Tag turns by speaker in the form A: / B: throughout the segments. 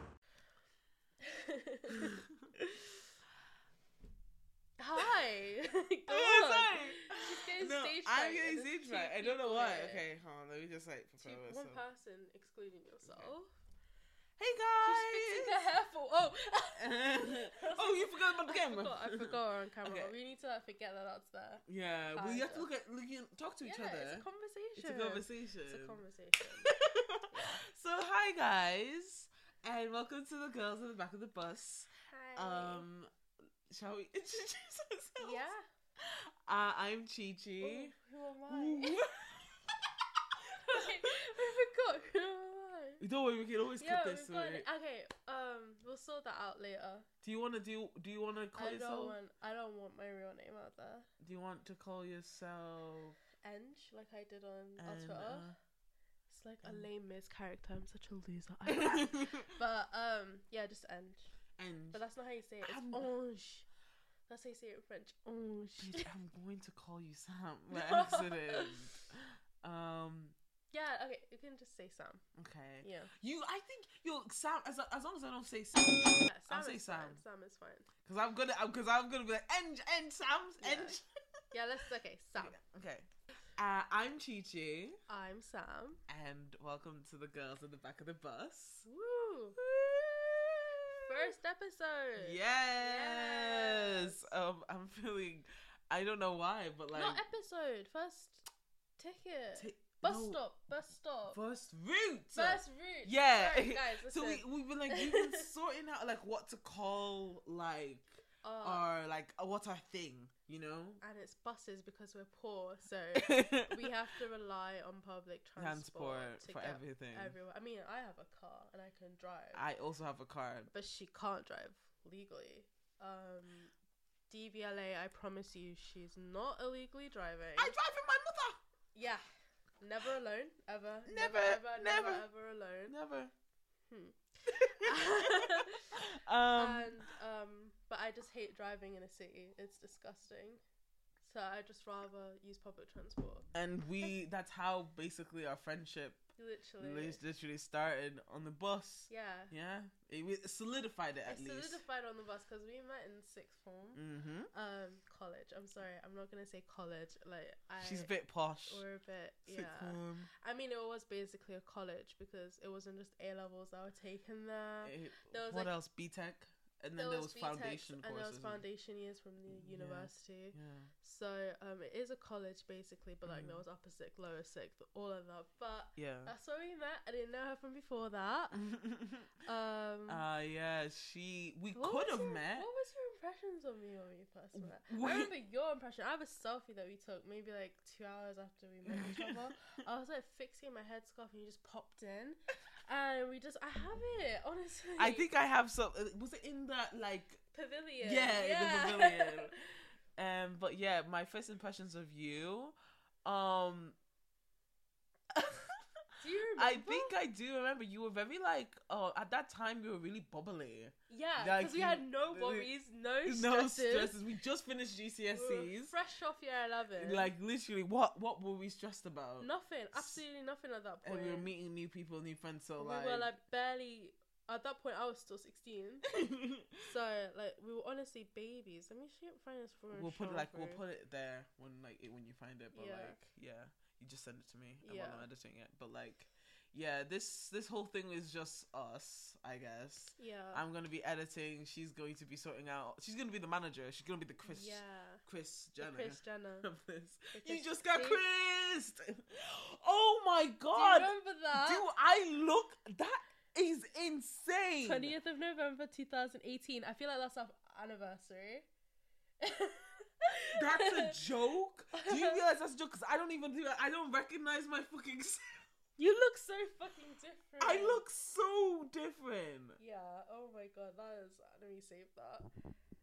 A: I'm
B: right,
A: getting
B: and there's
A: zit
B: two
A: right. I don't know
B: people
A: why.
B: there.
A: Okay, hold on. Let me just like
B: Two,
A: prepare
B: one
A: myself.
B: person excluding yourself.
A: Hey
B: She's fixing her
A: guys.
B: hair for oh.
A: oh, you forgot about the
B: I
A: camera.
B: forgot, I forgot we're on camera.
A: Okay.
B: We need to like, forget that that's there.
A: Yeah, well,
B: Kind
A: you have to
B: of.
A: look at look and talk to each
B: yeah,
A: other.
B: it's a conversation.
A: It's a um, conversation.
B: It's a conversation.
A: so hi guys, and welcome to the girls at the back of the bus.
B: Hi.
A: Um, shall we introduce ourselves?
B: yeah. Oh,
A: Uh, I'm Chi
B: Ooh,
A: Chi.
B: who am I?
A: Ooh.
B: okay, we forgot who am I.
A: Don't worry, we can always
B: Yeah,
A: cut
B: we've
A: this.
B: got
A: right?
B: okay. Um, we'll sort that out later.
A: Do you want to do? Do you want to call
B: I don't
A: yourself?
B: want. I don't want my real name out there.
A: Do you want to call yourself?
B: Enge, like I did on our
A: Um,
B: Twitter.
A: uh,
B: It's like a
A: Eng.
B: lame Miz character. I'm such a loser. I but um, yeah, just Enge.
A: and
B: But that's not how you say it. It's
A: I'm-
B: Ange. That's how you say it in French. Ange.
A: bitch, I'm going to call you Sam by accident. um.
B: yeah. Okay, you can just say Sam.
A: Okay.
B: Yeah.
A: You, I think yo Sam. As, as long as I don't say Sam,
B: yeah Sam
A: say
B: is
A: Sam.
B: Fine. Sam is fine.
A: because I'm gonna, because I'm, gonna be like, and and Sam's
B: Yeah.
A: and.
B: Yeah. Let's okay. Sam.
A: Okay. Uh, I'm Chi Chi,
B: I'm Sam.
A: and welcome to the girls at the back of the bus.
B: Woo. First episode.
A: Yes.
B: Yes.
A: Um, I'm feeling. I don't know why, but like.
B: Not episode. First ticket.
A: ta-
B: bus
A: no,
B: stop. Bus stop.
A: First route.
B: First route.
A: Yeah.
B: Sorry, guys. Listen.
A: So we we've been like we've been sorting out like what to call like
B: Uh,
A: our like uh, what's our thing, you know.
B: and it's buses because we're poor, so we
A: we
B: have to rely on public transport,
A: transport
B: to
A: for
B: get
A: everything.
B: everywhere. I mean, I have a car and I can drive,
A: I also have a card.
B: but she can't drive legally. Um, DVLA, I promise you, she's not illegally driving.
A: I drive with my mother.
B: yeah, never alone, ever,
A: Never,
B: ever, never,
A: never.
B: ever alone.
A: Never.
B: Hmm.
A: um,
B: and Hmm. um, but I just hate driving in a city. It's disgusting. So I just rather use public transport.
A: and we that's how basically our friendship
B: Literally.
A: li- literally started on the bus.
B: Yeah.
A: Yeah, it, we solidified it at
B: I
A: least.
B: solidified on the bus because we met in sixth form.
A: mm-hmm.
B: Um, college. I'm sorry, I'm not gonna say college. Like I.
A: She's a bit posh.
B: We're a bit.
A: Sixth
B: Yeah.
A: form.
B: I mean, it was basically a college because it wasn't just A levels that were taken there.
A: Eh,
B: there was,
A: what
B: like-
A: else? B Tech, and then there was,
B: BTECs
A: foundation
B: and
A: courses.
B: there was
A: and-
B: foundation years from the
A: Yeah.
B: university.
A: Yeah.
B: So um, it is a college basically, but like
A: Mm.
B: there was upper sixth, lower sixth, all of that. But
A: Yeah.
B: that's where we met. I didn't know her from before that. Um,
A: uh yeah, she we
B: What
A: could
B: was
A: have
B: your-
A: met. Mm.
B: What was your impressions of me when we first met?
A: Wait.
B: I remember your impression. I have a selfie that we took maybe like two hours after we met each other. I was like fixing my headscarf and you just popped in, and we just I have it honestly.
A: I think I have some uh, was it in that like
B: pavilion.
A: yeah, in the pavilion. um but yeah, my first impressions of you um
B: Do you remember?
A: I think I do remember you were very like oh at that time you were really bubbly.
B: yeah,
A: like
B: because we
A: you-
B: had no worries, no stresses.
A: No stresses. We just finished
B: We were
A: GCSEs.
B: fresh off year eleven.
A: Like literally what what were we stressed about?
B: nothing, absolutely nothing at that
A: and
B: point.
A: we were meeting new people, new friends, so
B: Eh.
A: like,
B: we were like barely. At that point, I was still sixteen. So like we were honestly babies. Let me see if I can find this for
A: we'll put it like we'll put it there when like it, when you find it. But
B: Yeah.
A: like yeah, you just send it to me and
B: Yeah.
A: while I'm editing it. But like yeah, this this whole thing is just us, I guess.
B: Yeah.
A: I'm gonna be editing. She's going to be sorting out. She's gonna be the manager. She's gonna be the Chris
B: yeah.
A: Chris
B: The
A: Jenner.
B: Kris Jenner.
A: of this.
B: The
A: You
B: Kris-
A: just got
B: See?
A: Chris. Oh my
B: Do you
A: god!
B: remember that?
A: Do I look? That is insane.
B: 20th of November 2018. I feel like that's our anniversary.
A: That's a joke. Do you realize that's a joke? Because I don't even do that. I don't recognize my fucking. s-
B: You look so fucking different.
A: I look so different.
B: Yeah. Oh my god. That is. Let me save that.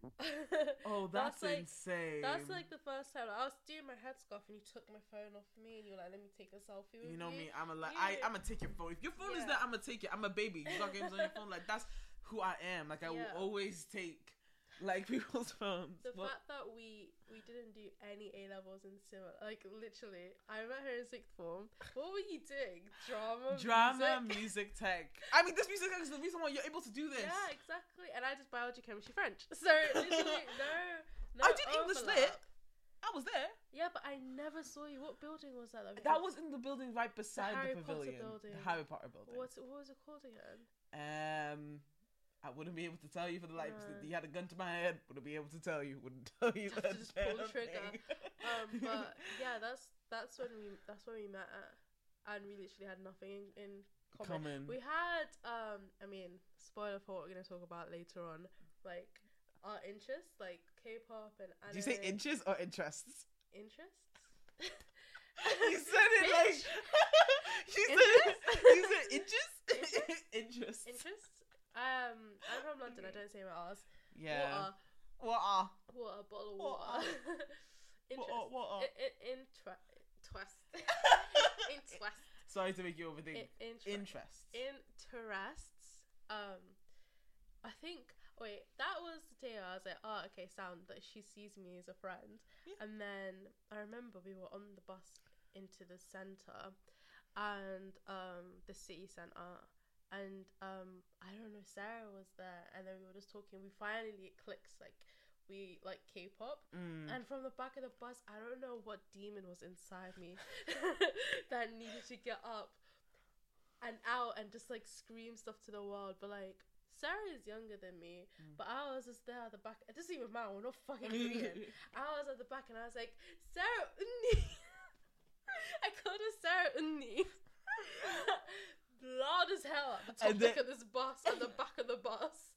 A: Oh, that's,
B: That's like-
A: insane.
B: That's like the first time I was doing my headscarf and you took my phone off me and you were like, "Let me take a selfie with you."
A: You know me. I'm a like. I
B: Yeah.
A: I'm gonna take your phone. If your phone is
B: Yeah.
A: there, I'm gonna take it. I'm a baby. You got games on your phone. Like that's who I am. Like I
B: Yeah.
A: will always take like people's phones.
B: The
A: Well,
B: fact that we we didn't do any A levels in similar, like literally, I met her in sixth form. What were you doing? Drama,
A: drama,
B: music?
A: music? tech. I mean, this music tech is the reason why you're able to do this.
B: yeah, exactly. And I just biology, chemistry, French. So literally, no, no.
A: I did English lit.
B: overlap.
A: I was there.
B: Yeah, but I never saw you. What building was that? we
A: That
B: had?
A: was in the building right beside
B: Harry
A: the,
B: Potter
A: pavilion.
B: building.
A: The Harry Potter building.
B: What's it, what was it called again?
A: Um, I wouldn't be able to tell you for the life.
B: No.
A: You had a gun to my head. Wouldn't be able to tell you. Wouldn't tell you.
B: Have to
A: that
B: just pull the
A: damn
B: trigger.
A: thing.
B: Um, but yeah, that's that's when we that's when we met at, and we literally had nothing in, in common.
A: common.
B: We had, um, I mean, spoiler for what we're gonna talk about later on, like our interests, like K-pop and anime.
A: Do you say inches or interests?
B: interests?
A: You said it like
B: Bitch.
A: you said. You said inches.
B: Interest?
A: interests.
B: interests. Um, I'm from London. I don't say my R's.
A: Yeah.
B: Water,
A: What are?
B: water, bottle of
A: Water.
B: water.
A: What
B: Interest.
A: are? What are?
B: I- I- intra- twist. Interest.
A: Sorry to make you
B: I-
A: overthink.
B: Interest.
A: Interests.
B: Interests. Um, I think. Wait, that was the day I was like, oh, okay, sound that she sees me as a friend.
A: Yeah.
B: And then I remember we were on the bus into the centre and um the city centre and um I don't know, Sarah was there and then we were just talking, we finally it clicks like we like K pop
A: Mm.
B: and from the back of the bus, I don't know what demon was inside me that needed to get up and out and just like scream stuff to the world. But like, Sarah is younger than me,
A: Mm.
B: but I was just there at the back. It doesn't even matter, we're not fucking Korean. I was at the back and I was like, Sarah Unni. I called her Sarah Unni. Loud as hell at the top
A: And then-
B: of this bus, at the back of the bus.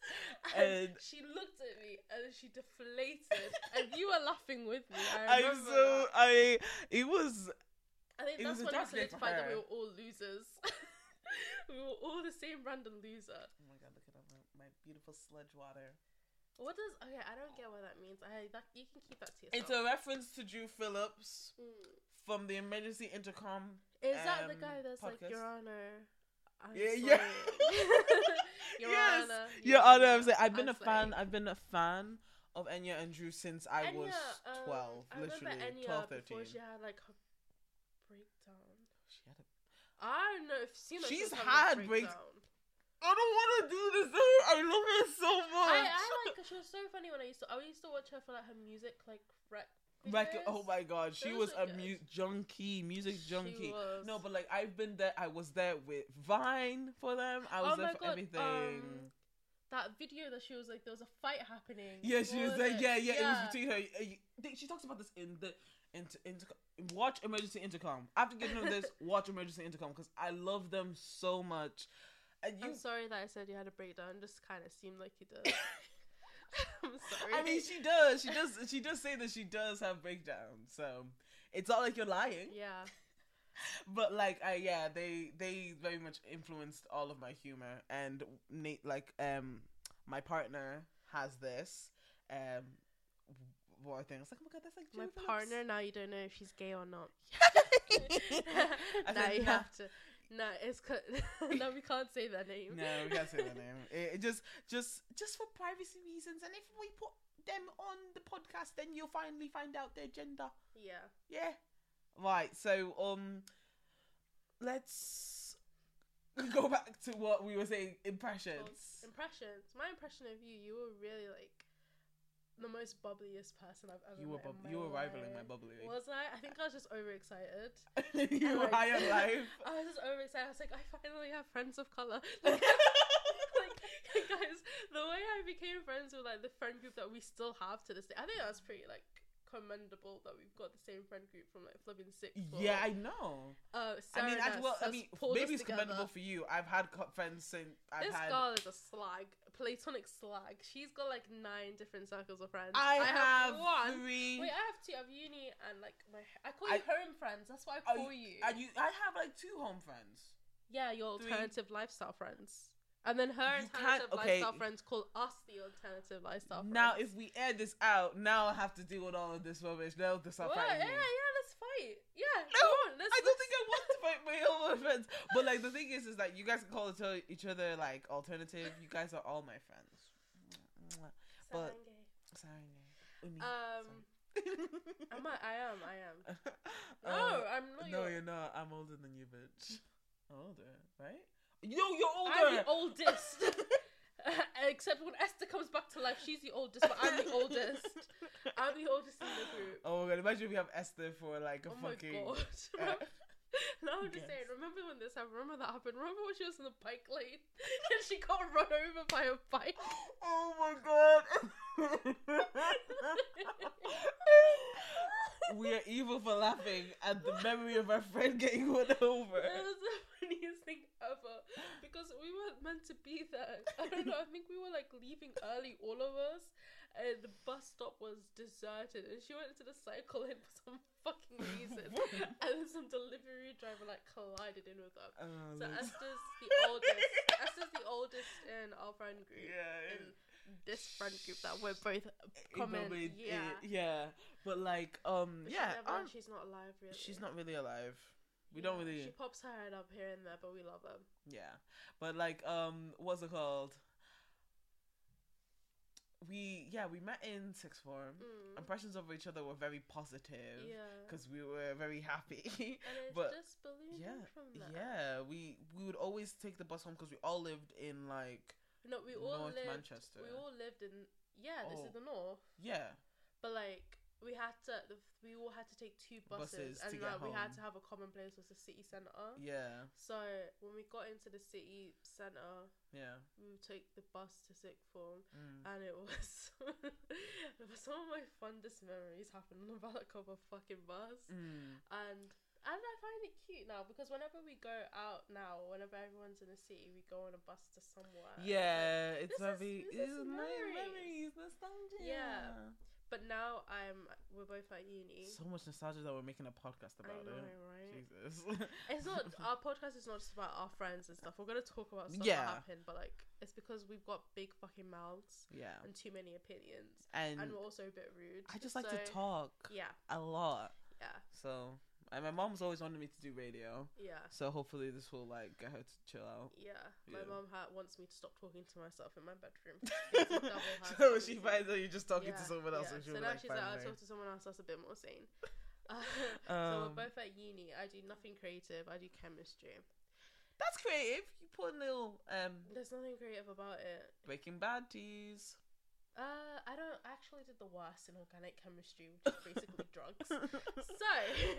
B: And,
A: And-
B: she looked at me and she deflated. and you were laughing with me. I
A: I'm
B: remember.
A: so
B: that.
A: I it was
B: I think
A: it
B: that's
A: was a
B: when we
A: dark day for
B: solidified that we
A: her.
B: were all losers. we were all the same random loser.
A: Oh my god, look at my, my beautiful sludge water.
B: What does okay? I don't get what that means. I that, you can keep that to yourself.
A: It's a reference to Drew Phillips
B: Mm.
A: from the emergency intercom.
B: Is that the
A: um,
B: guy that's like
A: podcast.
B: Your Honor? I'm
A: Yeah, yeah.
B: sorry." Your
A: Yes,
B: Honor.
A: Your Honor, I'm saying I've
B: I'm
A: been a
B: sorry.
A: fan. I've been a fan of Enya and Drew since I was
B: Enya, um,
A: twelve,
B: I remember
A: literally
B: Enya
A: 12,
B: before
A: 13.
B: she had like her breakdown.
A: She had a-
B: I don't know if she's seen that she
A: She's
B: was having
A: had
B: a
A: break-
B: breakdown.
A: I don't want to do this. to her. I love her Oh, so
B: I,
A: much.
B: I like her. She was so funny when I used to. I used to watch her for like her music, like rec.
A: Like,
B: videos.
A: oh my god, she
B: Those
A: was
B: are
A: a
B: good.
A: mu- junkie, music
B: She
A: junkie.
B: was.
A: No, but like I've been there. I was there with Vine for them. I was
B: oh
A: there
B: my
A: for
B: god,
A: everything.
B: Um, that video that she was like, there was a fight happening.
A: yeah, she
B: What
A: was there.
B: it?
A: Yeah, yeah, It was between her. uh, you- they- She talks about this in the inter, inter, watch emergency intercom. After getting on this, watch emergency intercom because I love them so much. And you,
B: I'm sorry that I said you had a breakdown. Just kind of seemed like you did. I'm sorry.
A: I mean, she does. She does. She does say that she does have breakdowns. So it's not like you're lying.
B: yeah.
A: but like I yeah, they they very much influenced all of my humor and Nate like um my partner has this um what I think it's like oh my god that's like
B: My
A: Jimmy Phillips.
B: partner now you don't know if she's gay or not.
A: I
B: now
A: said,
B: you
A: "Nah."
B: have to. No, it's co- no, we can't say their name.
A: No, we can't say their name. It, it just just just for privacy reasons and if we put them on the podcast then you'll finally find out their gender.
B: Yeah.
A: Yeah. Right, so um let's go back to what we were saying
B: Well,
A: impressions.
B: impressions. My impression of you, you were really like the most bubbliest person I've ever
A: You were
B: met in
A: bub-
B: my
A: you were rivaling my
B: life.
A: bubbly.
B: Was I? I think I was just overexcited.
A: you were
B: like-
A: high on life.
B: I was just overexcited. I was like, I finally have friends of color. Like, like,
A: I
B: guys, the way I became friends with like the friend group that we still have to this day, I think that's pretty like commendable that we've got the same friend group from like flipping six.
A: yeah, I know.
B: uh,
A: I mean,
B: Sarah
A: as
B: Ness
A: well. I
B: has
A: mean,
B: pulled us
A: maybe it's
B: together.
A: commendable for you. I've had co- friends since I've
B: This
A: had.
B: girl is a slag, platonic slag. She's got like nine different circles of friends.
A: I, have,
B: one.
A: three.
B: Wait, I have two. I have uni and like my. I call
A: I-
B: you home friends. That's what I
A: Are
B: call you.
A: Are you? I have like two home friends.
B: Yeah, your
A: Three.
B: alternative lifestyle friends. And then her
A: You can't-
B: alternative
A: okay.
B: lifestyle friends call us the alternative lifestyle
A: Now,
B: friends.
A: if we air this out, now I have to deal with all of this rubbish. Now this
B: What? Yeah,
A: stuff frightening me.
B: yeah, let's fight. Yeah,
A: No,
B: come on, let's,
A: I don't
B: let's-
A: think I want to fight my own friends. But like the thing is, is that you guys can call each- each other like alternative. You guys are all my friends. Mwah. but- Sorry. Umi.
B: Um, am I? I am. I am. Uh, No,
A: Uh,
B: I'm not.
A: no,
B: your-
A: you're not. I'm older than you, bitch. I'm older, right? Yo, you're
B: I'm
A: older.
B: the oldest. Except when Esther comes back to life, she's the oldest, but I'm the oldest. I'm the oldest in the group.
A: Oh my god! Imagine if we have Esther for like a
B: Oh my
A: fucking.
B: god.
A: uh,
B: no, I'm just
A: yes.
B: saying, remember when this happened? Remember that happened? Remember when she was in the bike lane and she got run over by a bike?
A: Oh my god! we are evil for laughing at the memory of our friend getting run over.
B: That was the funniest thing ever because we were meant to be there. I don't know. I think we were like leaving early, all of us, and the bus stop was deserted. And she went into the cycle lane for some fucking reason, and then some delivery driver like collided in with her. So
A: Oh, that's-
B: Esther's the oldest. Esther's the oldest in our friend group.
A: yeah.
B: In this friend group that we're both
A: it- it
B: common.
A: probably- it-
B: yeah.
A: eh, yeah. But like, um,
B: But she's
A: yeah,
B: never-
A: um,
B: she's not alive really.
A: she's not really alive. We don't
B: Yeah,
A: really.
B: She pops her head up here and there, but we love her.
A: Yeah. But like um what's it called? We yeah, we met in sixth form.
B: Mm.
A: Impressions of each other were very positive
B: Yeah.
A: cuz we were very happy.
B: And it's
A: but-
B: just ballooned
A: yeah,
B: up from there.
A: yeah, we we would always take the bus home cuz we all lived in like
B: No, we all
A: North
B: lived.
A: Manchester.
B: We all lived in. Yeah, this
A: Oh.
B: is the north.
A: yeah.
B: But like, we had to. The, we all had to take two buses,
A: Buses
B: and
A: to get
B: like, we had
A: home.
B: to have a common place was the city center.
A: Yeah.
B: So when we got into the city center,
A: Yeah.
B: we would take the bus to sixth form,
A: Mm.
B: and it was some of my fondest memories happened on the back of a fucking bus.
A: Mm.
B: and and I find it cute now because whenever we go out now, whenever everyone's in the city, we go on a bus to somewhere.
A: Yeah,
B: is-
A: it's very
B: this
A: it's
B: is
A: me-
B: memories.
A: memories, nostalgia.
B: Yeah. But now I'm we're both at uni.
A: So much nostalgia that we're making a podcast
B: I
A: about
B: know,
A: it.
B: right?
A: Jesus.
B: It's not our podcast is not just about our friends and stuff. We're gonna talk about stuff
A: Yeah.
B: that happened, but like it's because we've got big fucking mouths
A: yeah.
B: and too many opinions,
A: And,
B: and, we're also a bit rude.
A: I just like to
B: So,
A: talk
B: Yeah,
A: a lot.
B: yeah,
A: So, and my mom's always wanted me to do radio.
B: yeah.
A: So hopefully this will like get her to chill out.
B: Yeah, my
A: Yeah.
B: mom ha- wants me to stop talking to myself in my bedroom.
A: so when she
B: personality.
A: finds out you're just talking to
B: Yeah,
A: someone else,
B: yeah.
A: and she'll
B: so
A: be
B: now
A: like,
B: she's like, I'll
A: "Finally."
B: talk to someone else that's a bit more sane. Uh, so
A: Um,
B: we're both at uni. I do nothing creative. I do chemistry.
A: That's creative. You put in little um,
B: There's nothing creative about it.
A: Breaking Bad teas.
B: Uh, I don't I actually did the worst in organic chemistry, which is basically drugs. So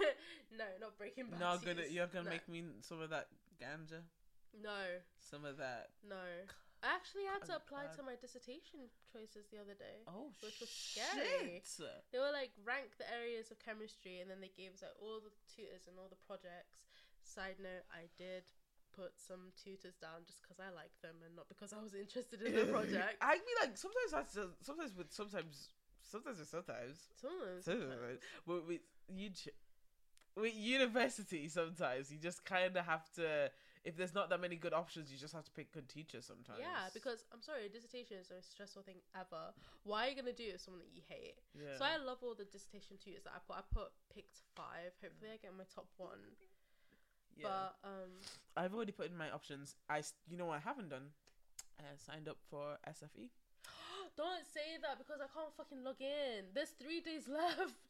B: no, not breaking bad.
A: not gonna.
B: teas.
A: You're gonna
B: no.
A: make me some of that ganja,
B: no,
A: some of that.
B: no. I actually had to apply
A: Colour.
B: to my dissertation choices the other day.
A: Oh
B: Which was scary.
A: shit!
B: They were like rank the areas of chemistry, and then they gave us like all the tutors and all the projects. Side note: I did put some tutors down just because I like them and not because I was interested in the project.
A: I mean, like sometimes that's sometimes with sometimes sometimes with sometimes.
B: Some of them
A: Sometimes. With, with, you ch- with university, sometimes you just kind of have to. If there's not that many good options, you just have to pick good teachers sometimes.
B: Yeah, because I'm sorry, dissertation is the most stressful thing ever. Why are you gonna do it with someone that you hate?
A: Yeah.
B: So I love all the dissertation tutors that I put. I put picked five. Hopefully, I get my top one.
A: Yeah.
B: But um,
A: I've already put in my options. I s- you know what I haven't done. Uh, signed up for E. SFE.
B: Don't say that because I can't fucking log in. There's three days left.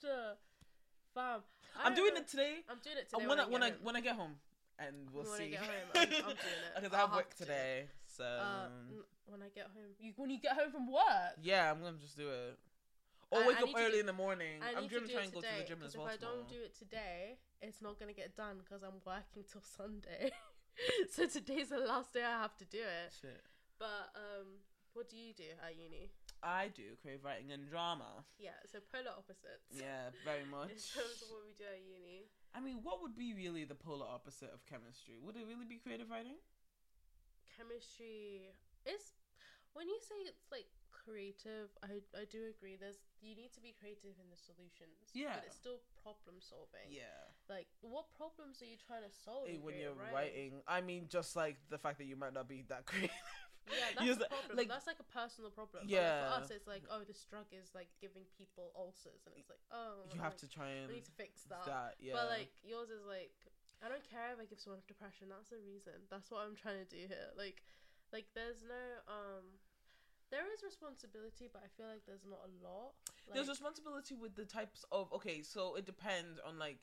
B: Fam. I don't
A: I'm doing
B: know-
A: it today.
B: I'm doing it
A: Uh,
B: today.
A: when I
B: get
A: when I
B: home.
A: when I get home, and we'll
B: When I
A: see.
B: get home, I'm- I'm doing it.
A: Because I
B: I'll
A: have
B: have
A: work
B: to do it.
A: today, so
B: Uh, n- when I get home, you when you get home from work.
A: yeah, I'm gonna just do it.
B: I-
A: Or
B: I
A: wake up
B: need to
A: early
B: do-
A: in the morning.
B: I
A: I'm
B: need to
A: gonna
B: do
A: try
B: it
A: and go to
B: today.
A: the gym
B: Because
A: as
B: if
A: well
B: I
A: tomorrow.
B: don't do it today, it's not gonna get done because I'm working till Sunday. so today's the last day I have to do it.
A: Shit.
B: But um, what do you do at uni?
A: I do creative writing and drama.
B: Yeah, so polar opposites.
A: Yeah, very much.
B: In terms of what we do at uni,
A: I mean, what would be really the polar opposite of chemistry? Would it really be creative writing?
B: chemistry is when you say it's like creative i i do agree there's you need to be creative in the solutions
A: Yeah.
B: but it's still problem solving
A: Yeah.
B: like what problems are you trying to solve in
A: when
B: creative
A: you're
B: writing?
A: writing, I mean, just like the fact that you might not be that creative.
B: yeah that's
A: You're
B: a
A: just like-
B: problem
A: like-
B: that's like a personal problem But,
A: Yeah.
B: like, for us it's like oh this drug is like giving people ulcers and it's like oh
A: You have to try and
B: we need to fix that,
A: that. Yeah.
B: but like yours is like i don't care if i give someone depression that's the reason that's what i'm trying to do here like like there's no um there is responsibility but i feel like there's not a lot like,
A: there's responsibility with the types of okay so it depends on like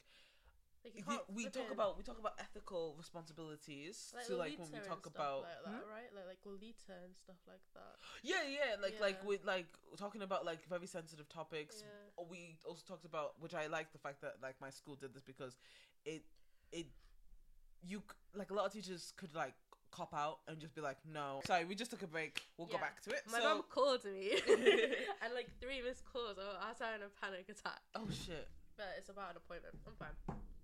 B: Like, you
A: Y-
B: can't
A: we
B: flip
A: talk
B: in.
A: about we talk about ethical responsibilities to like when we
B: Lolita
A: talk
B: and stuff
A: about Hmm?
B: like that, right? Like like Lolita and stuff like that.
A: yeah yeah like like
B: Yeah.
A: with like talking about like very sensitive topics
B: Yeah.
A: Oh, we also talked about which I like the fact that like my school did this because it it you c- like a lot of teachers could like cop out and just be like no sorry we just took a break we'll go
B: Yeah.
A: back to it
B: My
A: so
B: mum called me. and like three missed calls. I was having a panic attack.
A: oh shit
B: But it's about an appointment. I'm fine.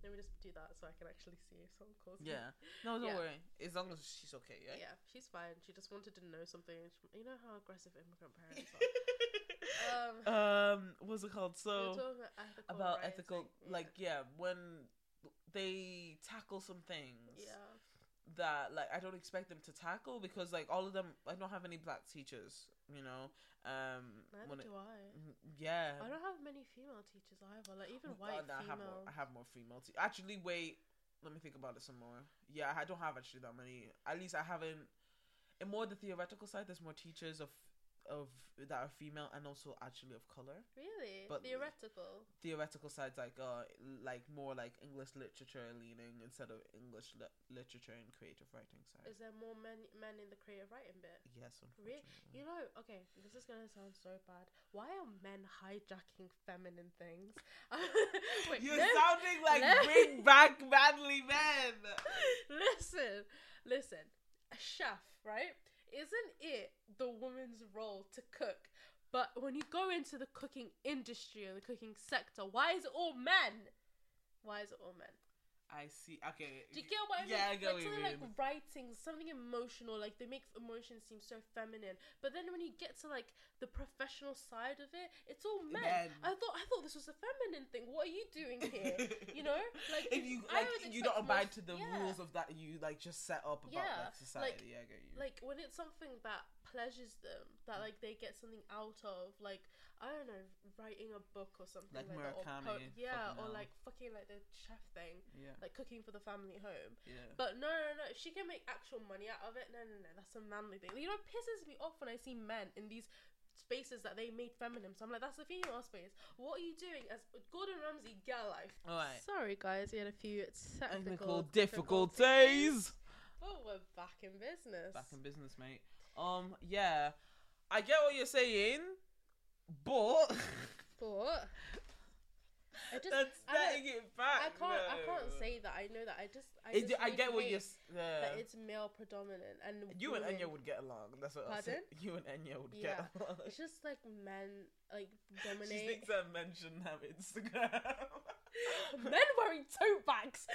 B: Let me just do that so I can actually see if someone calls me.
A: yeah no don't
B: Yeah.
A: worry as long as she's okay yeah,
B: Yeah, she's fine. She just wanted to know something. She- you know how aggressive immigrant parents are. um, we were
A: um what's it called so
B: talking about ethical
A: about
B: rights,
A: ethical like yeah when they tackle some things
B: yeah. yeah.
A: that like I don't expect them to tackle because like all of them I don't have any black teachers, you know. Um
B: Neither
A: when it-
B: do I.
A: Mm, yeah.
B: I don't have many female teachers either. Like even
A: Oh my
B: white
A: God, no, I have more
B: female.
A: I have more female te- Actually wait, let me think about it some more. Yeah, I don't have actually that many. At least I haven't in more the theoretical side there's more teachers of of that are female and also actually of color.
B: Really?
A: But-
B: Theoretical.
A: Theoretical sides like uh like more like English literature leaning instead of English lit literature and creative writing side.
B: Is there more men men in the creative writing bit?
A: yes,
B: Re-
A: unfortunately.
B: You know, okay, this is gonna sound so bad. Why are men hijacking feminine things? Wait,
A: You're
B: no,
A: sounding like
B: no.
A: bring back manly men.
B: listen, listen. A chef, right? Isn't it the woman's role to cook? But when you go into the cooking industry and the cooking sector, why is it all men? Why is it all men?
A: I see. Okay.
B: Do you get what I mean?
A: Yeah, I get
B: like
A: what you
B: something
A: mean.
B: like writing, something emotional, like they make emotions seem so feminine. But then when you get to like the professional side of it, it's all men.
A: Men.
B: I thought I thought this was a feminine thing. What are you doing here? you know? Like
A: if you
B: I
A: like,
B: would expect
A: you don't abide
B: most-
A: to the
B: yeah.
A: rules of that you like just set up about
B: Yeah,
A: like society. yeah, I get you.
B: like when it's something that pleasures them, that
A: Mm.
B: like they get something out of, like I don't know, writing a book or something
A: Like
B: like, that, or po-
A: Murakami,
B: yeah,
A: fucking
B: or
A: hell.
B: like fucking like the chef thing,
A: yeah,
B: like cooking for the family home.
A: yeah.
B: But no, no, no. If she can make actual money out of it, no, no, no. That's a manly thing. You know, it pisses me off when I see men in these spaces that they made feminine. So I'm like, that's the female space. What are you doing as Gordon Ramsay girl life?
A: All right.
B: Sorry, guys. We had a few
A: Technical
B: technical
A: difficulties.
B: But we're back in business.
A: Back in business, mate. Um, yeah, I get what you're saying, but
B: but I just,
A: that's
B: I, don't-
A: setting it
B: I
A: back.
B: can't, I
A: though.
B: can't say that. I know that. I just, I,
A: Uh, It,
B: just
A: I get what
B: hate
A: you're. s-
B: That
A: Yeah.
B: it's male predominant and
A: You and
B: women-
A: Enya would get along. That's what I said.
B: Pardon?
A: You and Enya would
B: Yeah.
A: get along.
B: It's just like men like
A: She
B: dominate.
A: thinks I mentioned her Instagram.
B: Men wearing tote bags.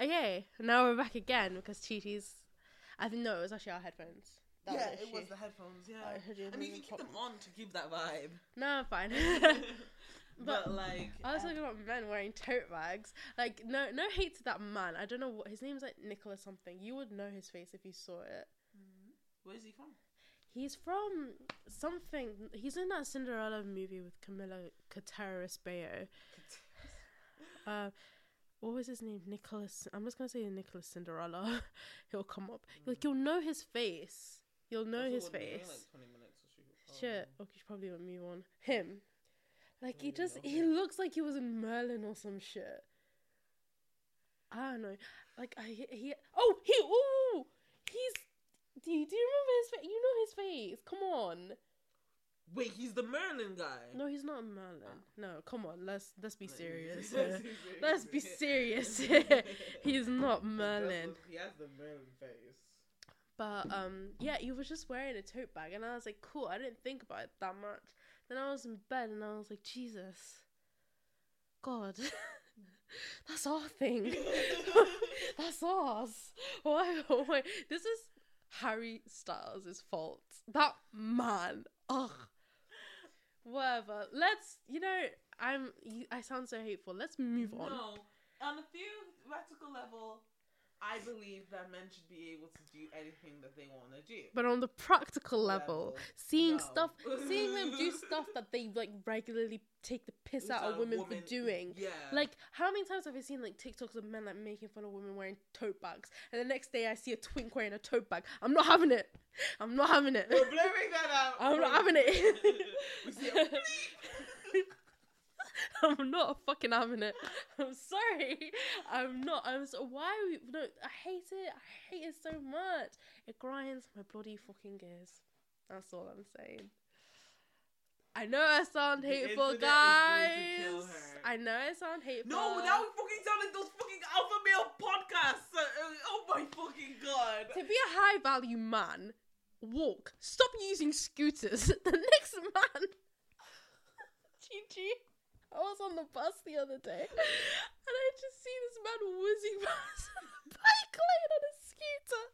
B: okay, now we're back again because Titi's. I think no, it was actually our headphones. That
A: yeah,
B: was
A: it was
B: issue.
A: the headphones. Yeah,
B: That issue
A: I
B: was
A: mean you
B: even
A: can keep them
B: problem.
A: on to give that vibe.
B: No, I'm fine.
A: but,
B: But
A: like,
B: I was
A: uh,
B: talking about men wearing tote bags. Like, no, no hate to that man. I don't know what his name's like Nicholas something. You would know his face if you saw it.
A: where's he from?
B: He's from something. He's in that Cinderella movie with Camilla Coteris Bayo. uh, what was his name? Nicholas. I'm just gonna say Nicholas Cinderella. He'll come up. Like you'll know his face. You'll know his face. Shit. Okay, she probably won't move on him. Like he
A: Yeah,
B: just he
A: okay.
B: looks like he was in Merlin or some shit. I don't know. Like I he- he oh he ooh he's do you, do you remember his face? You know his face. Come on.
A: Wait, he's the Merlin guy.
B: No, he's not in Merlin. No, come on. Let's let's be
A: Like,
B: serious.
A: let's
B: here.
A: be
B: Let's be serious. he's not
A: He does
B: Merlin.
A: look- He has the Merlin face.
B: But um, yeah, he was just wearing a tote bag, and I was like, cool. I didn't think about it that much. Then I was in bed, and I was like, Jesus, God, that's our thing. that's ours. Why, why? This is Harry Styles' fault. That man. Ugh. Whatever. Let's. You know, I'm. you- I sound so hateful. Let's move on.
A: No, on a theoretical level, I believe that men should be able to do anything that they want to do.
B: But on the practical level,
A: Level.
B: seeing
A: No.
B: stuff, seeing them do stuff that they like regularly take the piss out
A: Out
B: of
A: of
B: women
A: women,
B: for doing.
A: Yeah,
B: Like, how many times have I seen like TikToks of men like making fun of women wearing tote bags, and the next day I see a twink wearing a tote bag? I'm not having it. I'm not having it.
A: we're blurring that out.
B: I'm not having it.
A: we see a bleep.
B: I'm not fucking having it. I'm sorry. I'm not. I'm so, why are we, no, I hate it. I hate it so much. It grinds my bloody fucking gears. That's all I'm saying. I know I sound
A: The
B: hateful,
A: internet is
B: guys.
A: going to kill her.
B: I know I sound hateful.
A: No, now we fucking sound like those fucking alpha male podcasts. Uh, Oh my fucking god.
B: To be a high value man, walk. Stop using scooters. The next man. GG. I was on the bus the other day and I just see this man whizzing past with a bike lane on a scooter.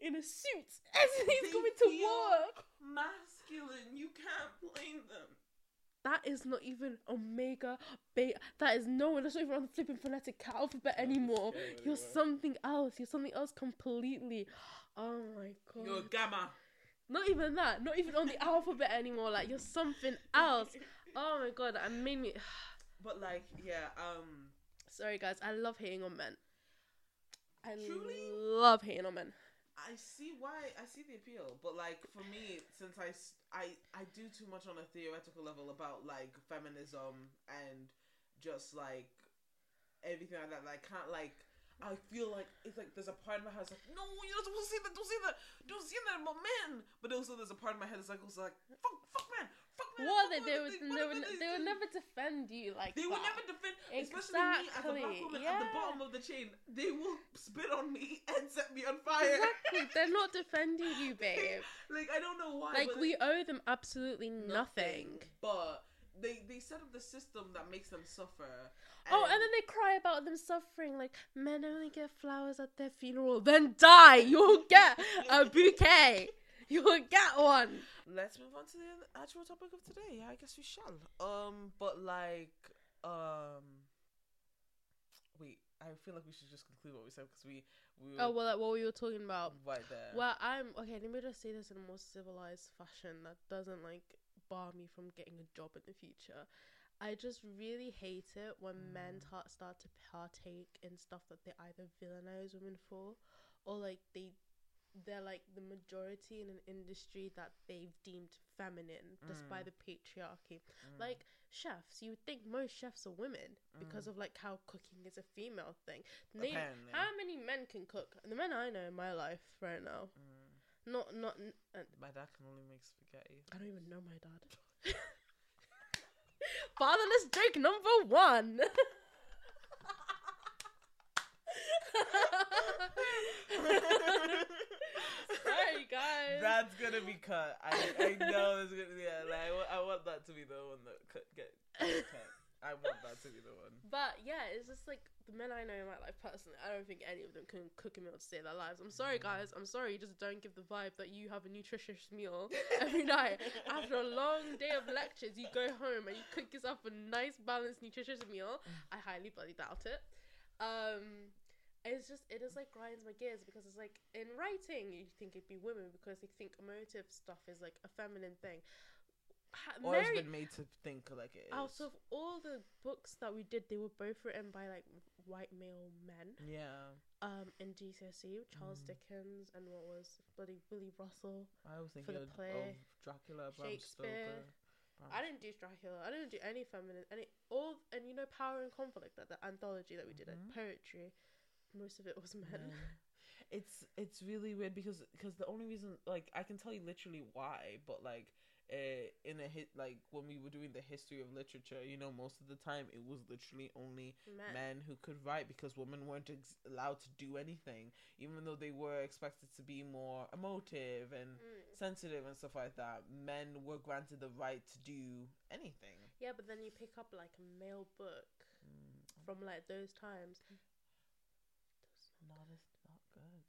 B: In a suit. As he's
A: They
B: coming to
A: feel-
B: work.
A: Masculine, you can't blame them.
B: That is not even omega beta. That is no. That's not even on the flipping phonetic alphabet anymore.
A: scary,
B: You're
A: bro.
B: something else. You're something else completely. Oh my god.
A: You're gamma.
B: Not even that. Not even on the alphabet anymore. Like you're something else. Oh my god, that made me.
A: But like, yeah, um,
B: Sorry guys, I love hating on men. I
A: Truly?
B: love hating on men.
A: I see why I see the appeal, but like for me, since I s- I- I do too much on a theoretical level about like feminism and just like everything like that, like can't like. I feel like it's like there's a part of my head that's like, no, you're not supposed to say that, don't say that, don't say that about men. But also there's a part of my head that's like, also like, fuck, fuck man, fuck man.
B: What? They,
A: fuck
B: they
A: man,
B: would. They
A: what if
B: would.
A: this
B: They would
A: is-
B: never defend you like
A: They
B: that.
A: will never defend, especially me as a black
B: Exactly,
A: woman at the
B: yeah.
A: bottom of the chain. They will spit on me and set me on fire.
B: Exactly. They're not defending you, babe.
A: like I don't know why.
B: Like
A: but
B: we
A: it's
B: owe them absolutely nothing.
A: But they they set up the system that makes them suffer.
B: Oh, and then they cry about them suffering. Like men only get flowers at their funeral, then die. You'll get a bouquet. You'll get one.
A: let's move on to the actual topic of today. Yeah, I guess we shall. Um, but like, um, wait, I feel like we should just conclude what we said because we we were
B: Oh well, like what we were talking about.
A: right there.
B: Well, I'm okay. Let me just say this in a more civilized fashion that doesn't like bar me from getting a job in the future. I just really hate it when men
A: Mm.
B: ta- start to partake in stuff that they either villainize women for, or like they they're like the majority in an industry that they've deemed feminine just by
A: Mm.
B: the patriarchy.
A: Mm.
B: Like chefs, you would think most chefs are women because
A: Mm.
B: of like how cooking is a female thing. Name-
A: apparently.
B: how many men can cook? The men I know in my life right now,
A: Mm.
B: not not. n- Uh,
A: My dad can only make spaghetti.
B: I don't even know my dad. Fatherless joke number one. Sorry, guys.
A: That's gonna be cut. I, I know it's gonna be. Yeah, like, I, wa- I want that to be the one that cut, get cut. I want that to be the one.
B: But yeah, it's just like the men I know in my life personally, I don't think any of them can cook a meal to save their lives. I'm sorry,
A: Mm.
B: guys. I'm sorry. You just don't give the vibe that you have a nutritious meal every night. After a long day of lectures, you go home and you cook yourself a nice, balanced, nutritious meal. I highly bloody doubt it. Um, it's just, it just like grinds my gears because it's like in writing, you think it'd be women because they think emotive stuff is like a feminine thing. Ha-
A: Or
B: Mary-
A: has been made to think like it is.
B: out of all the books that we did, they were both written by like white male men.
A: yeah,
B: Um, in GCSE, Charles
A: Mm.
B: Dickens and what was bloody Willie Russell.
A: I was
B: the
A: thinking of,
B: play,
A: of Dracula, Bram Stoker.
B: Shakespeare.
A: Bram
B: I didn't do Dracula. I didn't do any feminine. Any all and you know Power and Conflict that the anthology that we did at
A: Mhm.
B: poetry. Most of it was men.
A: Yeah. It's it's really weird because because the only reason like I can tell you literally why, but like uh, in a hit like when we were doing the history of literature, you know, most of the time it was literally only
B: men.
A: men who could write because women weren't ex- allowed to do anything, even though they were expected to be more emotive and
B: Mm.
A: sensitive and stuff like that. Men were granted the right to do anything.
B: Yeah, but then you pick up like a male book
A: Mm,
B: from like those times.
A: not as not good.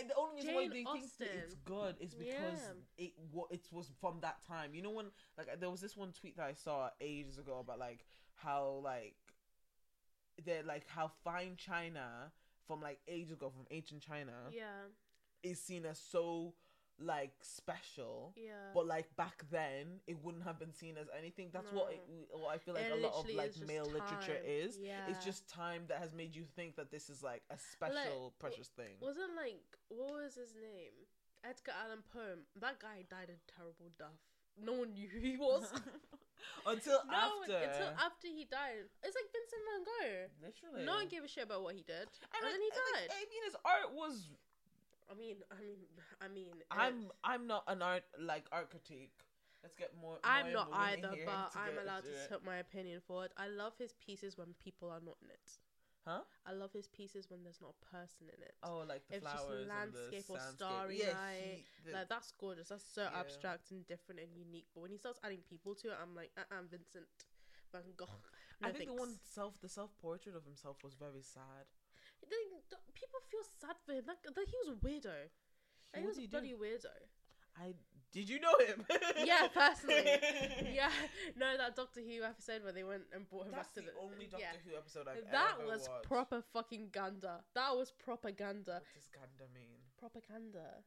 A: And the only reason why
B: Jane
A: they think that it's
B: Austen.
A: good is because
B: Yeah.
A: it what it was from that time. You know when like there was this one tweet that I saw ages ago about like how like they're like how fine china from like ages ago from ancient China
B: Yeah,
A: is seen as so like special.
B: yeah.
A: But like back then, it wouldn't have been seen as anything. That's what, it, what I feel like
B: It
A: a lot of
B: literally
A: like
B: is just
A: male literature
B: time.
A: is.
B: Yeah.
A: It's just time that has made you think that this is like a special, precious thing.
B: Wasn't like what was his name? Edgar Allan Poe. That guy died a terrible death. No one knew who he was.
A: until
B: No,
A: after.
B: until after he died. It's like Vincent Van Gogh.
A: Literally.
B: No one gave a shit about what he did. and
A: I mean,
B: then he
A: like,
B: died.
A: I mean, his art was.
B: I mean, I mean, I mean. it-
A: I'm. I'm not an art like art critique. Let's get more.
B: I'm
A: more
B: not
A: women
B: either,
A: here
B: but
A: to
B: I'm
A: get
B: allowed to
A: into it.
B: put my opinion forward. I love his pieces when people are not in it.
A: Huh?
B: I love his pieces when there's not a person in it.
A: Oh, like the
B: It's just
A: flowers
B: landscape
A: and the
B: or
A: soundscape.
B: starry
A: yeah,
B: night,
A: He, the,
B: like that's gorgeous. That's so
A: Yeah.
B: abstract and different and unique. But when he starts adding people to it, I'm like, uh, uh Vincent Van Gogh. No
A: I think the
B: thanks.
A: one self, the self portrait of himself was very sad.
B: They- th- people feel sad for him. Like, like he was a weirdo. Like, he
A: What
B: was a
A: did he do?
B: bloody weirdo.
A: I did you know him?
B: Yeah, personally. Yeah, no, that Doctor Who episode where they went and brought him
A: That's
B: back to
A: the only Doctor
B: yeah.
A: Who episode I've
B: That
A: ever
B: was
A: watched.
B: proper fucking ganda. That was propaganda.
A: What does ganda mean?
B: Propaganda.